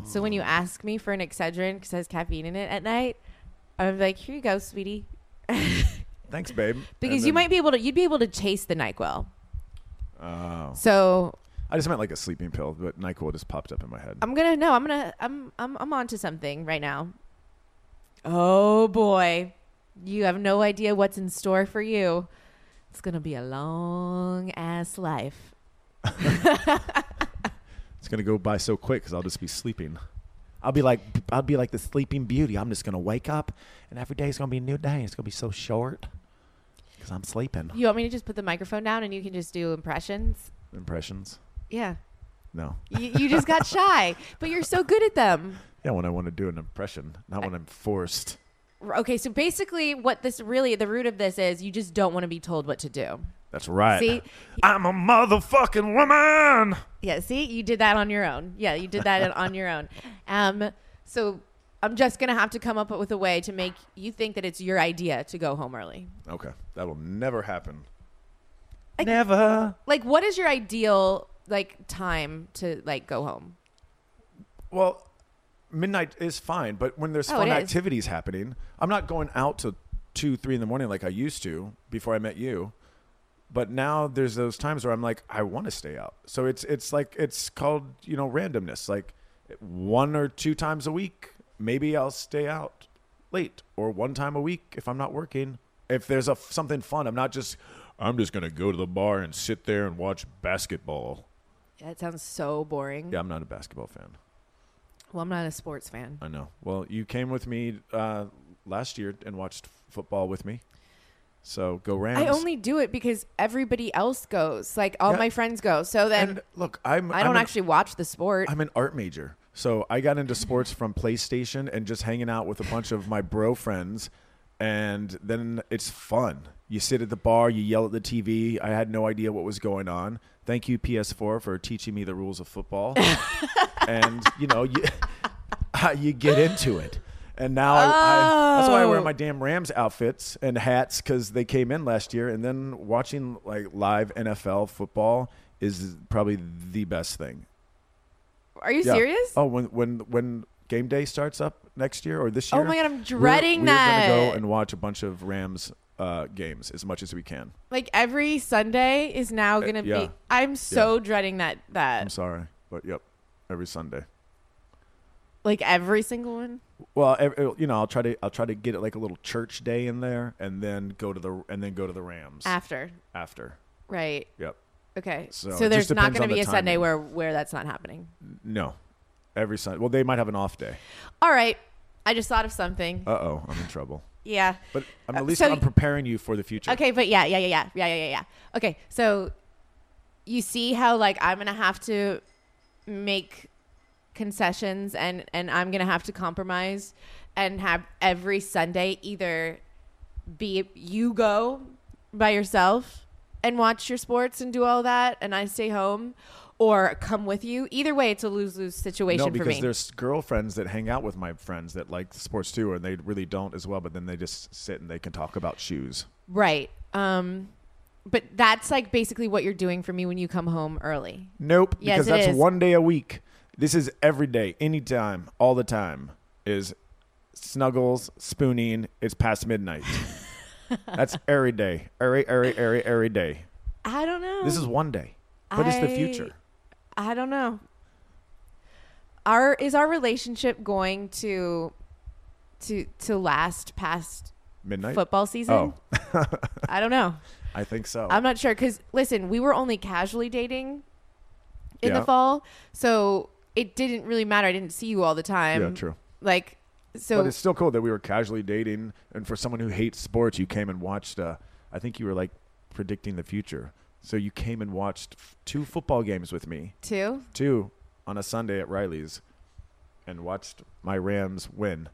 Speaker 2: So when you ask me for an Excedrin because it has caffeine in it at night, I'm like, here you go, sweetie.
Speaker 3: Thanks, babe.
Speaker 2: Because you might be able to, you'd be able to taste the Nyquil.
Speaker 3: Oh,
Speaker 2: So
Speaker 3: I just meant like a sleeping pill, but Nyquil just popped up in my head.
Speaker 2: I'm gonna no, I'm gonna I'm I'm I'm onto something right now. Oh boy. You have no idea what's in store for you. It's gonna be a long ass life.
Speaker 3: It's gonna go by so quick because I'll just be sleeping. I'll be like, I'll be like the Sleeping Beauty. I'm just gonna wake up, and every day is gonna be a new day. It's gonna be so short because I'm sleeping.
Speaker 2: You want me to just put the microphone down and you can just do impressions?
Speaker 3: Impressions?
Speaker 2: Yeah.
Speaker 3: No.
Speaker 2: You, you just got shy, but you're so good at them.
Speaker 3: Yeah, when I want to do an impression, not when I'm forced.
Speaker 2: R- Okay, so basically, what this really, the root of this is you just don't want to be told what to do.
Speaker 3: That's right.
Speaker 2: See?
Speaker 3: I'm a motherfucking woman.
Speaker 2: Yeah, see, you did that on your own. Yeah, you did that on your own. Um, so I'm just gonna have to come up with a way to make you think that it's your idea to go home early.
Speaker 3: Okay, that will never happen. never.
Speaker 2: Like, what is your ideal like time to like go home?
Speaker 3: Well, midnight is fine, but when there's
Speaker 2: Oh,
Speaker 3: fun
Speaker 2: it is.
Speaker 3: activities happening, I'm not going out till two, three in the morning like I used to before I met you. But now there's those times where I'm like, I want to stay out. So it's it's like it's called you know randomness. Like one or two times a week, maybe I'll stay out late, or one time a week if I'm not working. If there's a something fun, I'm not just I'm just gonna go to the bar and sit there and watch basketball.
Speaker 2: That sounds so boring.
Speaker 3: Yeah, I'm not a basketball fan.
Speaker 2: Well, I'm not a sports fan.
Speaker 3: I know. Well, you came with me uh, last year and watched f- football with me. So go Rams.
Speaker 2: I only do it because everybody else goes. Like all
Speaker 3: Yeah.
Speaker 2: my friends go. So then
Speaker 3: and look, I'm
Speaker 2: I don't
Speaker 3: I'm an-
Speaker 2: actually watch the sport.
Speaker 3: I'm an art major. So I got into sports from PlayStation and just hanging out with a bunch of my bro friends and then it's fun. You sit at the bar, you yell at the TV. I had no idea what was going on. Thank you PS4 for teaching me the rules of football. and you know, you you get into it. And now I, I that's why I wear my damn Rams outfits and hats cuz they came in last year and then watching like live NFL football is probably the best thing.
Speaker 2: Are you
Speaker 3: Yeah.
Speaker 2: serious?
Speaker 3: Oh, when when when game day starts up next year or this
Speaker 2: Oh
Speaker 3: year?
Speaker 2: my God, I'm
Speaker 3: we're-
Speaker 2: dreading
Speaker 3: we're, gonna
Speaker 2: that.
Speaker 3: go and watch a bunch of Rams uh, games as much as we can.
Speaker 2: Like every Sunday is now gonna
Speaker 3: Eh, yeah.
Speaker 2: be. I'm so dreading that that
Speaker 3: I'm sorry, but yep, every Sunday.
Speaker 2: like every single one.
Speaker 3: Well, ev- you know, I'll try to I'll try to get it like a little church day in there, and then go to the and then go to the Rams
Speaker 2: After.
Speaker 3: after.
Speaker 2: Right.
Speaker 3: Yep.
Speaker 2: Okay.
Speaker 3: So
Speaker 2: So,
Speaker 3: it just
Speaker 2: there's not
Speaker 3: depends
Speaker 2: going
Speaker 3: on
Speaker 2: to be
Speaker 3: the
Speaker 2: a Sunday
Speaker 3: timing.
Speaker 2: where where that's not happening.
Speaker 3: No, every Sunday. Well, they might have an off day.
Speaker 2: All right. I just thought of something.
Speaker 3: Uh oh, I'm in trouble.
Speaker 2: yeah.
Speaker 3: But I'm
Speaker 2: Uh,
Speaker 3: at least
Speaker 2: so-
Speaker 3: I'm preparing you for the future.
Speaker 2: Okay, but yeah, yeah, yeah, yeah, yeah, yeah, yeah, yeah. Okay, so you see how like I'm gonna have to make concessions and and I'm gonna have to compromise and have every Sunday either be you go by yourself and watch your sports and do all that and I stay home or come with you. Either way it's a lose lose situation
Speaker 3: No,
Speaker 2: for
Speaker 3: because
Speaker 2: me.
Speaker 3: there's girlfriends that hang out with my friends that like sports too, and they really don't as well. But then they just sit and they can talk about shoes.
Speaker 2: right. Um but that's like basically what you're doing for me when you come home early.
Speaker 3: Nope,
Speaker 2: Yes,
Speaker 3: because
Speaker 2: it
Speaker 3: that's
Speaker 2: is.
Speaker 3: one day a week. This is every day, anytime, all the time. Is snuggles, spooning. It's past midnight. that's every day, every every every every day.
Speaker 2: I don't know.
Speaker 3: This is one day, but it's the
Speaker 2: I-
Speaker 3: future.
Speaker 2: I don't know. Our is our relationship going to to to last past
Speaker 3: Midnight.
Speaker 2: football season?
Speaker 3: Oh,
Speaker 2: I don't know.
Speaker 3: I think so.
Speaker 2: I'm not sure cuz listen, we were only casually dating in
Speaker 3: Yeah.
Speaker 2: the fall, so it didn't really matter. I didn't see you all the time.
Speaker 3: Yeah, true.
Speaker 2: Like so
Speaker 3: but it's still cool that we were casually dating, and for someone who hates sports, you came and watched. Uh, I think you were like predicting the future, so you came and watched f- two football games with me,
Speaker 2: too.
Speaker 3: two on a Sunday at Riley's, and watched my Rams win,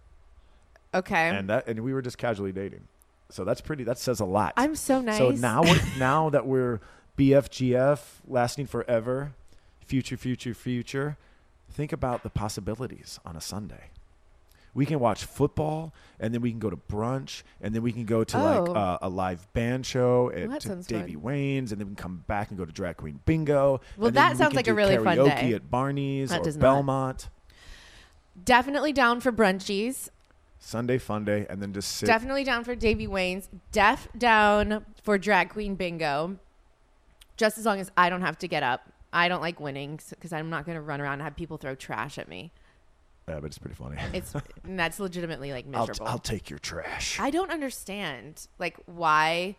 Speaker 2: Okay.
Speaker 3: and that, and we were just casually dating, so that's pretty. That says a lot.
Speaker 2: I'm so nice.
Speaker 3: So now, we're, now that we're BFGF, lasting forever, future, future, future, think about the possibilities on a Sunday. We can watch football, and then we can go to brunch, and then we can go to
Speaker 2: Oh.
Speaker 3: like uh, a live band show at
Speaker 2: that
Speaker 3: to
Speaker 2: sounds
Speaker 3: Davy
Speaker 2: fun.
Speaker 3: Wayne's, and then we can come back and go to drag queen bingo.
Speaker 2: Well,
Speaker 3: and then
Speaker 2: that
Speaker 3: we
Speaker 2: sounds
Speaker 3: can
Speaker 2: like a
Speaker 3: do
Speaker 2: really fun
Speaker 3: karaoke
Speaker 2: day.
Speaker 3: at Barney's
Speaker 2: That
Speaker 3: or
Speaker 2: does not.
Speaker 3: Belmont.
Speaker 2: definitely down for brunchies.
Speaker 3: Sunday fun day, and then just sit.
Speaker 2: Definitely down for Davy Wayne's. Def down for drag queen bingo. Just as long as I don't have to get up. I don't like winning because I'm not going to run around and have people throw trash at me.
Speaker 3: yeah, but it's pretty funny.
Speaker 2: It's and that's legitimately like
Speaker 3: I'll,
Speaker 2: miserable.
Speaker 3: I'll take your trash.
Speaker 2: I don't understand like why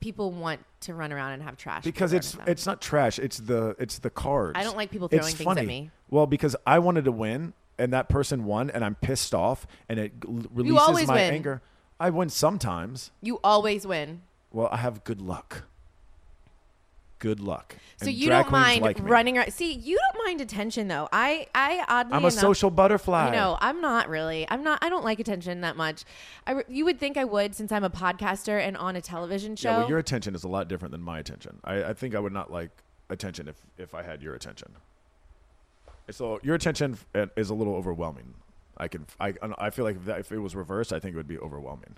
Speaker 2: people want to run around and have trash.
Speaker 3: because
Speaker 2: thrown
Speaker 3: it's
Speaker 2: at them.
Speaker 3: it's not trash. It's the it's the cards.
Speaker 2: I don't like people
Speaker 3: It's
Speaker 2: throwing things at
Speaker 3: funny.
Speaker 2: me.
Speaker 3: Well, because I wanted to win, and that person won, and I'm pissed off, and it l- releases
Speaker 2: always
Speaker 3: my
Speaker 2: win.
Speaker 3: anger. I win sometimes.
Speaker 2: you always win.
Speaker 3: Well, I have good luck. Good luck.
Speaker 2: So
Speaker 3: And
Speaker 2: you
Speaker 3: drag
Speaker 2: don't
Speaker 3: queens
Speaker 2: mind
Speaker 3: like me.
Speaker 2: running around. See, you don't mind attention though. I I oddly
Speaker 3: I'm a
Speaker 2: enough-
Speaker 3: social butterfly.
Speaker 2: You know, I'm not really. I'm not. I don't like attention that much. I, re- you would think I would since I'm a podcaster and on a television show.
Speaker 3: Yeah, well, your attention is a lot different than my attention. I, I think I would not like attention if if I had your attention. So your attention f- uh, is a little overwhelming. I can I I feel like if, that, if it was reversed, I think it would be overwhelming.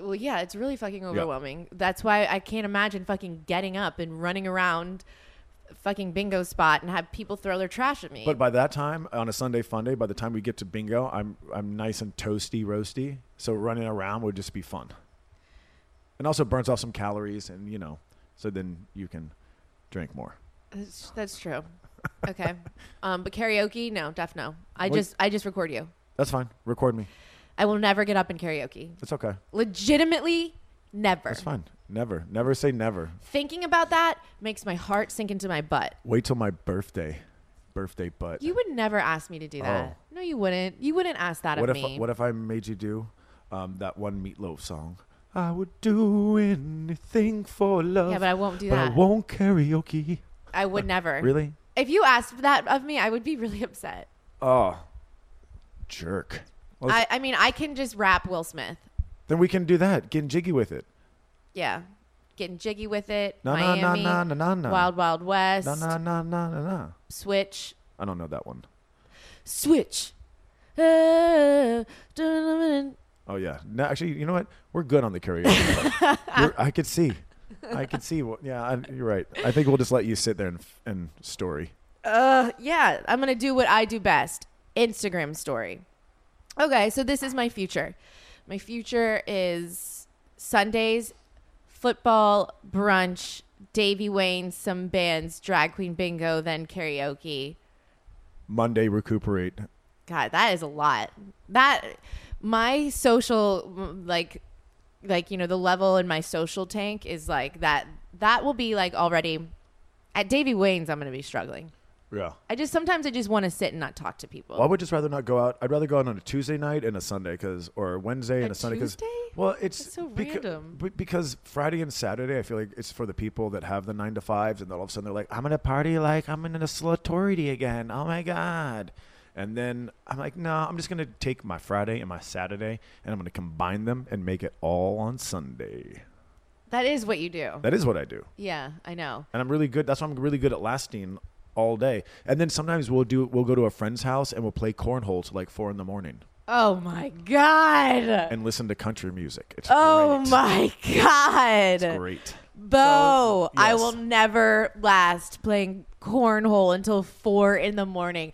Speaker 2: Well, yeah, it's really fucking overwhelming. That's why I can't imagine fucking getting up and running around fucking bingo spot and have people throw their trash at me.
Speaker 3: But by that time, on a Sunday fun day, by the time we get to bingo, I'm I'm nice and toasty, roasty. So running around would just be fun, and also burns off some calories, and you know, so then you can drink more.
Speaker 2: that's, that's true. Okay. um, but karaoke, no, def no. I
Speaker 3: Well,
Speaker 2: just I just record you.
Speaker 3: That's fine. Record me.
Speaker 2: I will never get up in karaoke.
Speaker 3: It's okay.
Speaker 2: Legitimately never.
Speaker 3: It's fine. Never, never say never.
Speaker 2: Thinking about that makes my heart sink into my butt.
Speaker 3: Wait till my birthday, birthday butt.
Speaker 2: You would never ask me to do that. No, you wouldn't. You wouldn't ask that
Speaker 3: Oh. what
Speaker 2: of
Speaker 3: if
Speaker 2: me.
Speaker 3: what if I made you do um, that one meatloaf song? I would do anything for love.
Speaker 2: yeah, but I won't do
Speaker 3: but
Speaker 2: that.
Speaker 3: I won't karaoke.
Speaker 2: I would never.
Speaker 3: Really?
Speaker 2: If you asked that of me, I would be really upset.
Speaker 3: Oh, jerk. Well,
Speaker 2: I, I mean, I can just rap Will Smith.
Speaker 3: then we can do that. Getting jiggy with it.
Speaker 2: Yeah. Getting jiggy with it.
Speaker 3: Na, na, na,
Speaker 2: Miami.
Speaker 3: na, na, na, na.
Speaker 2: Wild Wild West.
Speaker 3: Na na na na na na.
Speaker 2: Switch.
Speaker 3: I don't know that one.
Speaker 2: Switch. Uh, dun-dun-dun.
Speaker 3: Oh yeah. No, actually, you know what? We're good on the karaoke. part. You're- I could see. I could see. What, yeah, I, you're right. I think we'll just let you sit there and f- and story.
Speaker 2: Uh, yeah, I'm going to do what I do best Instagram story. Okay, so this is my future. My future is Sundays, football, brunch, Davy Wayne, some bands, drag queen bingo, then karaoke.
Speaker 3: Monday recuperate.
Speaker 2: God, that is a lot. That my social m- like like you know the level in my social tank is like that that will be like already at Davy Wayne's I'm going to be struggling.
Speaker 3: Yeah.
Speaker 2: I just sometimes I just want to sit and not talk to people.
Speaker 3: Well, I would just rather not go out. I'd rather go out on a Tuesday night and a Sunday because, or Wednesday and
Speaker 2: A
Speaker 3: a Sunday because,
Speaker 2: Tuesday?
Speaker 3: well, it's
Speaker 2: That's so
Speaker 3: becau-
Speaker 2: random.
Speaker 3: be- because Friday and Saturday, I feel like it's for the people that have the nine to fives, and then all of a sudden they're like, "I'm gonna party like I'm in a slatority again." Oh my god! And then I'm like, "No, I'm just gonna take my Friday and my Saturday, and I'm gonna combine them and make it all on Sunday."
Speaker 2: that is what you do.
Speaker 3: That is what I do
Speaker 2: yeah, I know.
Speaker 3: and I'm really good. That's why I'm really good at lasting all day. And then sometimes we'll do we'll go to a friend's house and we'll play cornhole till like four in the morning
Speaker 2: Oh my god.
Speaker 3: and listen to country music. It's
Speaker 2: Oh
Speaker 3: great.
Speaker 2: my god.
Speaker 3: great.
Speaker 2: Bo,
Speaker 3: So,
Speaker 2: I
Speaker 3: yes.
Speaker 2: will never last playing cornhole until four in the morning.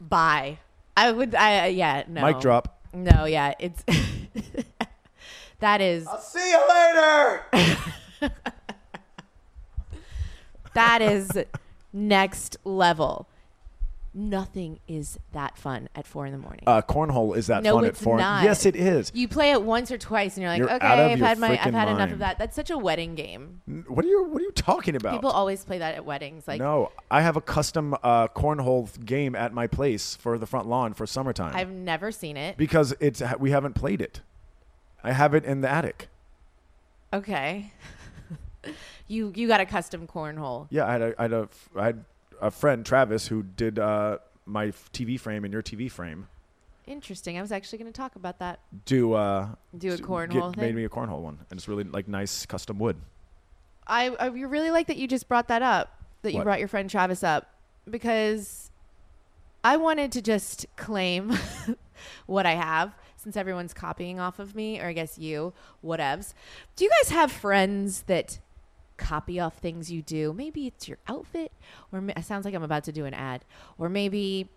Speaker 2: Bye. I would. I yeah. No.
Speaker 3: Mic drop.
Speaker 2: No. Yeah. It's that is
Speaker 3: See you later.
Speaker 2: that is next level. Nothing is that fun at four in the morning.
Speaker 3: Uh, cornhole is that
Speaker 2: No,
Speaker 3: fun
Speaker 2: it's
Speaker 3: at four?
Speaker 2: not.
Speaker 3: Yes, it is.
Speaker 2: you play it once or twice, and you're like,
Speaker 3: You're
Speaker 2: okay,
Speaker 3: out of
Speaker 2: I've
Speaker 3: your
Speaker 2: had my, I've
Speaker 3: freaking
Speaker 2: had enough of
Speaker 3: mind.
Speaker 2: that. That's such a wedding game.
Speaker 3: What are you What are you talking about?
Speaker 2: People always play that at weddings. Like,
Speaker 3: no, I have a custom uh, cornhole game at my place for the front lawn for summertime
Speaker 2: I've never seen it.
Speaker 3: because it's we haven't played it. I have it in the attic.
Speaker 2: Okay. you you got a custom cornhole.
Speaker 3: Yeah, I had a, I had a, f- I had a friend Travis who did uh, my f- TV frame and your TV frame.
Speaker 2: Interesting. I was actually going to talk about that.
Speaker 3: Do uh,
Speaker 2: Do a
Speaker 3: s-
Speaker 2: cornhole
Speaker 3: Made
Speaker 2: thing?
Speaker 3: me a cornhole one, and it's really like nice custom wood.
Speaker 2: I, I you really like that you just brought that up. That you
Speaker 3: What?
Speaker 2: brought your friend Travis up because I wanted to just claim what I have since everyone's copying off of me or I guess you, whatevs. Do you guys have friends that copy off things you do? Maybe it's your outfit or ma- it sounds like I'm about to do an ad or maybe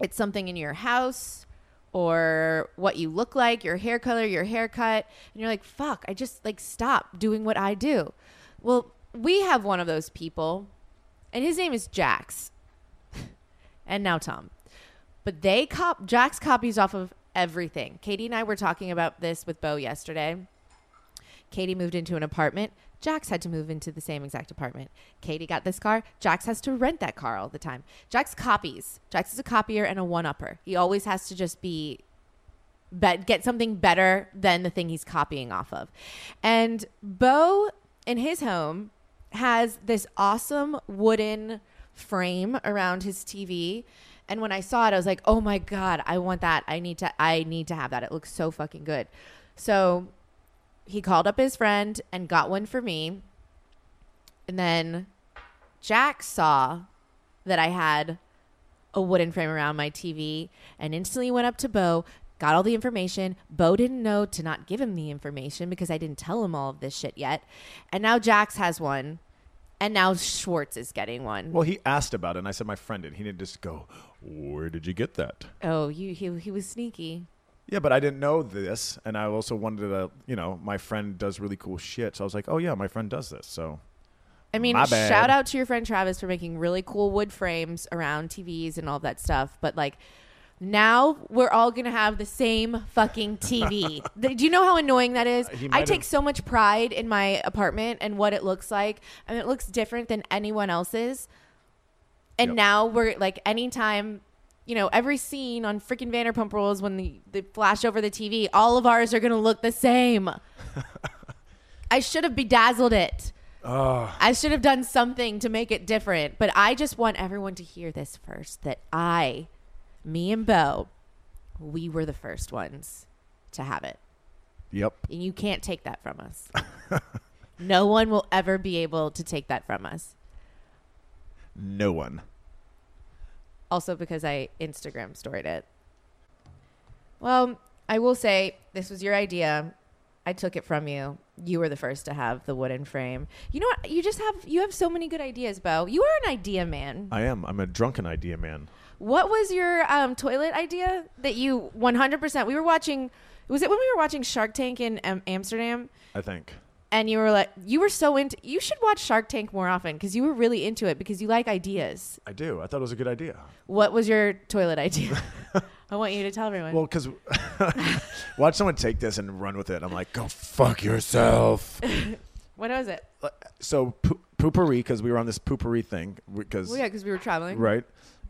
Speaker 2: it's something in your house or what you look like, your hair color, your haircut, and you're like, "Fuck, I just like stop doing what I do." Well, we have one of those people, and his name is Jax. and now Tom. But they cop Jax copies off of everything. Katie and I were talking about this with Bo yesterday. Katie moved into an apartment. Jax had to move into the same exact apartment. Katie got this car. Jax has to rent that car all the time. Jax copies. Jax is a copier and a one upper. He always has to just be, bet get something better than the thing he's copying off of. And Bo in his home has this awesome wooden frame around his TV. And when I saw it, I was like, oh my God, I want that. I need to I need to have that. It looks so fucking good. So he called up his friend and got one for me. And then Jack saw that I had a wooden frame around my TV and instantly went up to Bo, got all the information. Bo didn't know to not give him the information because I didn't tell him all of this shit yet. And now Jax has one. And now Schwartz is getting one.
Speaker 3: Well, he asked about it, and I said my friend did. He didn't just go, "Where did you get that?"
Speaker 2: oh, you he, he was sneaky.
Speaker 3: Yeah, but I didn't know this, and I also wanted to, you know, my friend does really cool shit, so I was like, "Oh yeah, my friend does this." So
Speaker 2: I mean,
Speaker 3: My bad.
Speaker 2: shout out to your friend Travis for making really cool wood frames around TVs and all that stuff. But like, now we're all gonna have the same fucking TV. Th- Do you know how annoying that is?
Speaker 3: Uh, He might
Speaker 2: I take
Speaker 3: have-
Speaker 2: so much pride in my apartment and what it looks like, and it looks different than anyone else's. And
Speaker 3: Yep.
Speaker 2: now we're like, anytime, you know, every scene on freaking Vanderpump Rules when the, they flash over the TV, all of ours are gonna look the same. I should have bedazzled it. I should have done something to make it different, but I just want everyone to hear this first that I, me and Bo, we were the first ones to have it.
Speaker 3: yep,
Speaker 2: And you can't take that from us. no one will ever be able to take that from us.
Speaker 3: no one.
Speaker 2: Also, because I Instagram storied it. Well, I will say this was your idea. I took it from you. You were the first to have the wooden frame. You know what? You just have you have so many good ideas, Bo. You are an idea man.
Speaker 3: I am. I'm a drunken idea man.
Speaker 2: What was your um, toilet idea that you 100%? We were watching, was it when we were watching Shark Tank in um, Amsterdam?
Speaker 3: I think.
Speaker 2: And you were like, you were so into, you should watch Shark Tank more often because you were really into it because you like ideas.
Speaker 3: I do. I thought it was a good idea.
Speaker 2: What was your toilet idea? I want you to tell everyone.
Speaker 3: Well, because watch someone take this and run with it. I'm like, go fuck yourself.
Speaker 2: What was it?
Speaker 3: So poo- poopery because we were on this poopery thing because
Speaker 2: Well, yeah, because we were traveling.
Speaker 3: right?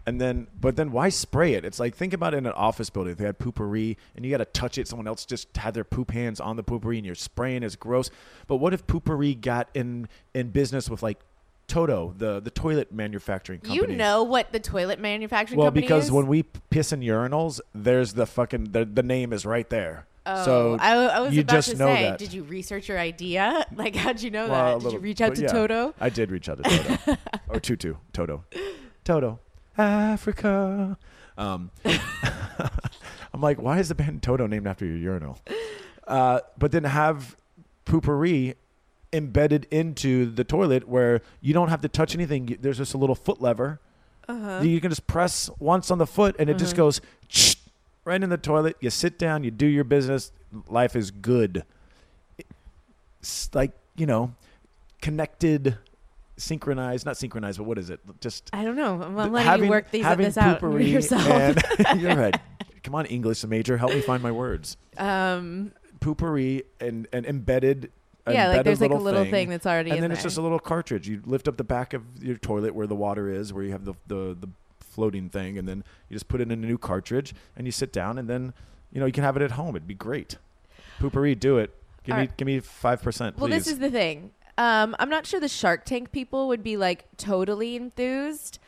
Speaker 3: And then, but then why spray it? It's like, think about it in an office building. If they had poopery and you got to touch it, someone else just had their poop hands on the poopery and you're spraying is gross. But what if poopery got in, in business with like Toto, the, the toilet manufacturing
Speaker 2: You
Speaker 3: company?
Speaker 2: know what the toilet manufacturing
Speaker 3: Well,
Speaker 2: company
Speaker 3: because
Speaker 2: is?
Speaker 3: when we p- piss in urinals, there's the fucking, the, the name is right there.
Speaker 2: Oh,
Speaker 3: so
Speaker 2: I, I was
Speaker 3: you
Speaker 2: about
Speaker 3: just
Speaker 2: to
Speaker 3: know
Speaker 2: say,
Speaker 3: that.
Speaker 2: did you research your idea? Like, how'd you know
Speaker 3: Well, a
Speaker 2: that? Did
Speaker 3: little-
Speaker 2: you reach out
Speaker 3: but
Speaker 2: to
Speaker 3: yeah,
Speaker 2: Toto?
Speaker 3: I did reach out to Toto. or Tutu. Toto. Toto. Africa. Um, I'm like, why is the band Toto named after your urinal? Uh, but then have poopery embedded into the toilet where you don't have to touch anything. You- There's just a little foot lever.
Speaker 2: Uh-huh.
Speaker 3: You can just press once on the foot and it just goes right in the toilet. You sit down, you do your business. Life is good. It's like, you know, connected, synchronized, not synchronized, but what is it? Just
Speaker 2: I don't know. I'm, I'm
Speaker 3: th-
Speaker 2: letting you work these
Speaker 3: having
Speaker 2: this out
Speaker 3: poopery
Speaker 2: yourself.
Speaker 3: and- you're right. Come on, English major, help me find my words.
Speaker 2: um,
Speaker 3: Poopery and, and embedded.
Speaker 2: yeah, like
Speaker 3: embedded
Speaker 2: there's like a little thing, that's already
Speaker 3: and
Speaker 2: in
Speaker 3: then
Speaker 2: there.
Speaker 3: it's just a little cartridge. You lift up the back of your toilet where the water is, where you have the, the the floating thing, and then you just put it in a new cartridge and you sit down, and then you know you can have it at home. It'd be great. Poopery, do it. Give
Speaker 2: All
Speaker 3: me
Speaker 2: right.
Speaker 3: give me five percent, please.
Speaker 2: Well, this is the thing. Um, I'm not sure the Shark Tank people would be like totally enthused,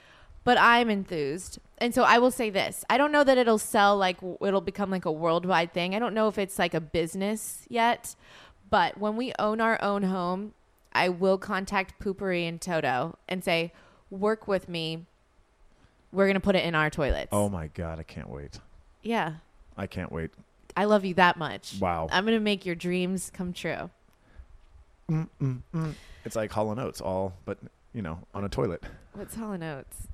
Speaker 2: but I'm enthused. And so I will say this. I don't know that it'll sell like w- it'll become like a worldwide thing. I don't know if it's like a business yet, but when we own our own home, I will contact Poopery and Toto and say, "Work with me. We're going to put it in our toilets."
Speaker 3: oh my god, I can't wait.
Speaker 2: Yeah.
Speaker 3: I can't wait.
Speaker 2: I love you that much.
Speaker 3: Wow.
Speaker 2: I'm going to make your dreams come true.
Speaker 3: It's like Hollow Notes, all but you know on a toilet.
Speaker 2: What's Hall & Oates?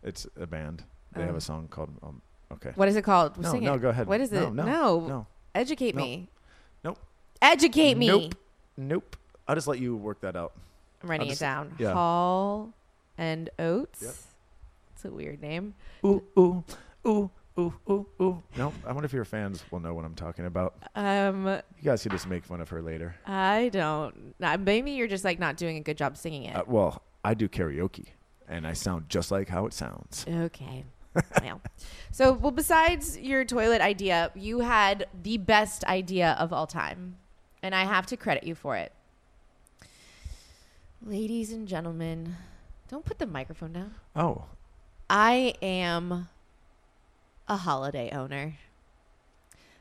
Speaker 3: It's a band. They have
Speaker 2: Oh.
Speaker 3: a song called. Um, okay.
Speaker 2: What is it called?
Speaker 3: No,
Speaker 2: Sing
Speaker 3: no,
Speaker 2: it.
Speaker 3: go ahead.
Speaker 2: What is
Speaker 3: No,
Speaker 2: it?
Speaker 3: no,
Speaker 2: no.
Speaker 3: no.
Speaker 2: Educate
Speaker 3: No.
Speaker 2: me.
Speaker 3: Nope.
Speaker 2: Educate me.
Speaker 3: Nope. Nope. I'll just let you work that out.
Speaker 2: I'm writing
Speaker 3: I'll just-
Speaker 2: it down.
Speaker 3: yeah.
Speaker 2: Hall and Oates. It's a weird name.
Speaker 3: Ooh ooh ooh ooh ooh ooh. No, I wonder if your fans will know what I'm talking about.
Speaker 2: Um,
Speaker 3: You guys could just make fun of her later.
Speaker 2: I don't. nah, Maybe you're just like not doing a good job singing it.
Speaker 3: Uh, well, I do karaoke, and I sound just like how it sounds.
Speaker 2: Okay. well, so well, besides your toilet idea, you had the best idea of all time, and I have to credit you for it. Ladies and gentlemen, don't put the microphone down.
Speaker 3: Oh,
Speaker 2: I am a holiday owner.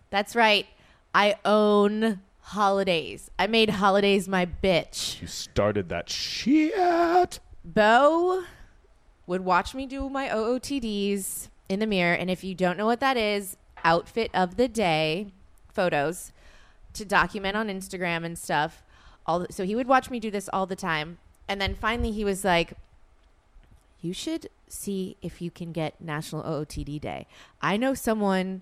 Speaker 2: That's right. I own holidays. I made holidays my bitch.
Speaker 3: you started that shit.
Speaker 2: Bo would watch me do my OOTDs in the mirror. And if you don't know what that is, outfit of the day photos to document on Instagram and stuff. All so he would watch me do this all the time. And then finally he was like, You should see if you can get National OOTD Day. I know someone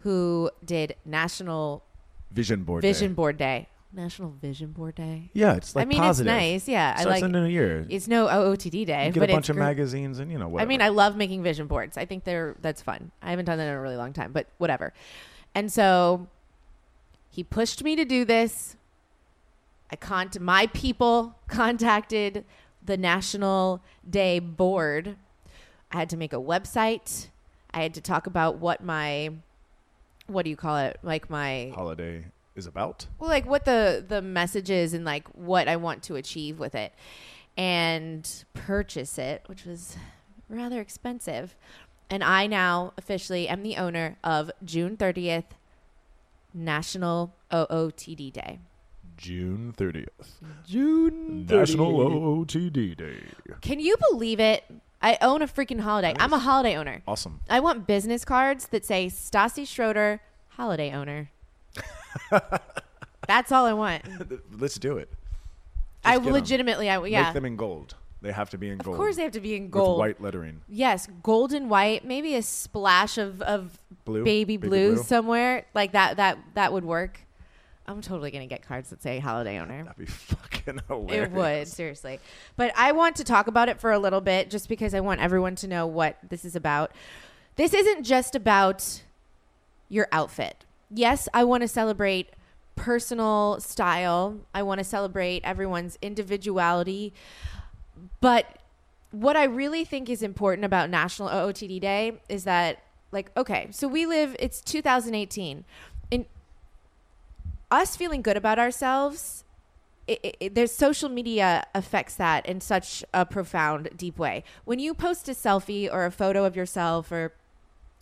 Speaker 2: who did National
Speaker 3: Vision board. day.
Speaker 2: Vision Board Day. National Vision Board Day.
Speaker 3: Yeah, it's
Speaker 2: I
Speaker 3: like
Speaker 2: mean,
Speaker 3: positive.
Speaker 2: it's nice. Yeah, I
Speaker 3: Starts
Speaker 2: like
Speaker 3: in a year.
Speaker 2: it's no OOTD day,
Speaker 3: You get
Speaker 2: but
Speaker 3: a bunch
Speaker 2: it's
Speaker 3: of
Speaker 2: gr-
Speaker 3: magazines, and you know what?
Speaker 2: I mean, I love making vision boards. I think they're that's fun. I haven't done that in a really long time, but whatever. And so he pushed me to do this. I con my people contacted the National Day Board. I had to make a website. I had to talk about what my what do you call it? Like my
Speaker 3: holiday is about.
Speaker 2: well like what the the message is and like what i want to achieve with it and purchase it which was rather expensive and i now officially am the owner of june 30th national ootd day
Speaker 3: June 30th.
Speaker 2: june
Speaker 3: National OOTD Day.
Speaker 2: can you believe it i own a freaking holiday i'm a holiday owner
Speaker 3: Awesome.
Speaker 2: i want business cards that say stassi schroeder holiday owner that's all i want
Speaker 3: Let's do it.
Speaker 2: i
Speaker 3: get 'em.
Speaker 2: legitimately i yeah
Speaker 3: Make them in gold. They have to be in
Speaker 2: Of
Speaker 3: gold.
Speaker 2: course, they have to be in
Speaker 3: With
Speaker 2: gold.
Speaker 3: white lettering.
Speaker 2: Yes, gold and white. Maybe a splash of of
Speaker 3: Blue?
Speaker 2: baby,
Speaker 3: Baby
Speaker 2: blue,
Speaker 3: blue?
Speaker 2: somewhere like that. That that would work. I'm totally gonna get cards that say holiday owner.
Speaker 3: That'd be fucking hilarious.
Speaker 2: It would seriously, but I want to talk about it for a little bit, just because I want everyone to know what this is about. This isn't just about your outfit. Yes, I want to celebrate personal style. I want to celebrate everyone's individuality. But what I really think is important about National OOTD Day is that, like, okay, so we live, it's 2018. And us feeling good about ourselves, it, it, it- there's social media affects that in such a profound, deep way. When you post a selfie or a photo of yourself or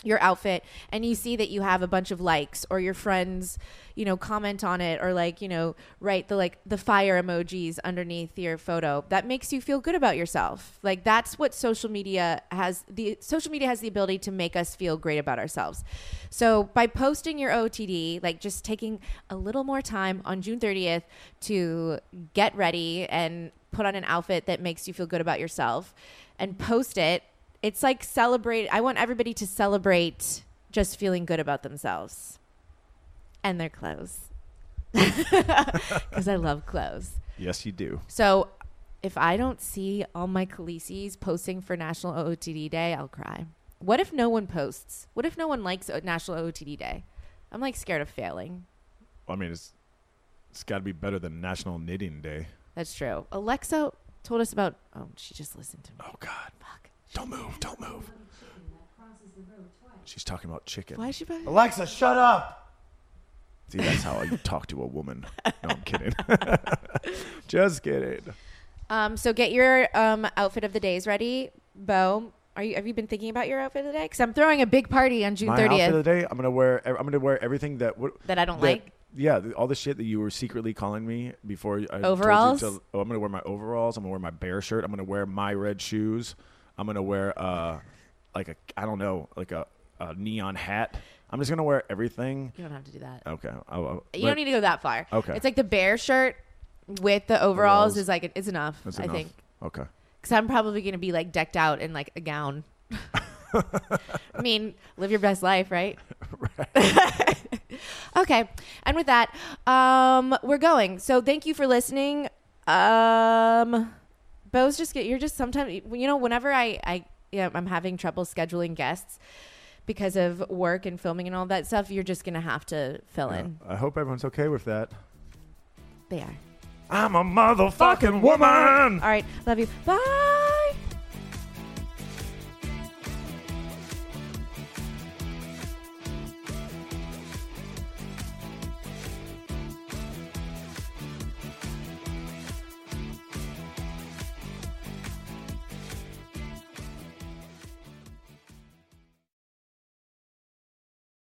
Speaker 2: your outfit and you see that you have a bunch of likes or your friends you know comment on it or like you know write the like the fire emojis underneath your photo that makes you feel good about yourself like that's what social media has the social media has the ability to make us feel great about ourselves so by posting your otd like just taking a little more time on june 30th to get ready and put on an outfit that makes you feel good about yourself and post it it's like celebrate i want everybody to celebrate just feeling good about themselves and their clothes because i love clothes
Speaker 3: Yes, you do.
Speaker 2: so if i don't see all my khaleesi's posting for national ootd day i'll cry what if no one posts what if no one likes O- national ootd day i'm like scared of failing
Speaker 4: I mean, it's it's got to be better than National Knitting Day.
Speaker 2: that's true alexa told us about oh she just listened to me
Speaker 3: Oh God! Don't move! Don't move! She's talking about chicken.
Speaker 2: why is she back
Speaker 3: Alexa, shut up! See, that's how you talk to a woman. No, I'm kidding. Just kidding.
Speaker 2: Um, so get your um, outfit of the days ready, Bo. Are you have you been thinking about your outfit of the day? Because I'm throwing a big party on June
Speaker 3: My outfit of
Speaker 2: thirtieth
Speaker 3: the day. I'm gonna wear. e, I'm gonna wear everything that what,
Speaker 2: that I don't
Speaker 3: that-
Speaker 2: like.
Speaker 3: Yeah, th- all the shit that you were secretly calling me before I told you
Speaker 2: Overalls?
Speaker 3: to- oh, I'm gonna wear my overalls. I'm gonna wear my bear shirt. I'm gonna wear my red shoes. I'm gonna wear uh, like a I don't know, like a, a neon hat. I'm just gonna wear everything.
Speaker 2: You don't have to do that.
Speaker 3: Okay. I'll, I'll-
Speaker 2: you
Speaker 3: but-
Speaker 2: don't need to go that far.
Speaker 3: Okay.
Speaker 2: It's like the bear shirt with the overalls,
Speaker 3: Overalls.
Speaker 2: is like it's enough.
Speaker 3: That's
Speaker 2: I
Speaker 3: enough.
Speaker 2: think
Speaker 3: Okay.
Speaker 2: because I'm probably gonna be like decked out in like a gown. I mean, live your best life, right? okay. And with that, um, we're going. So thank you for listening. Um, Bo's just get you're just sometimes you know whenever I I yeah I'm having trouble scheduling guests because of work and filming and all that stuff. You're just gonna have to fill in.
Speaker 3: I hope everyone's okay with that.
Speaker 2: They are
Speaker 3: I'm a motherfucking woman.
Speaker 2: all right. Love you. Bye.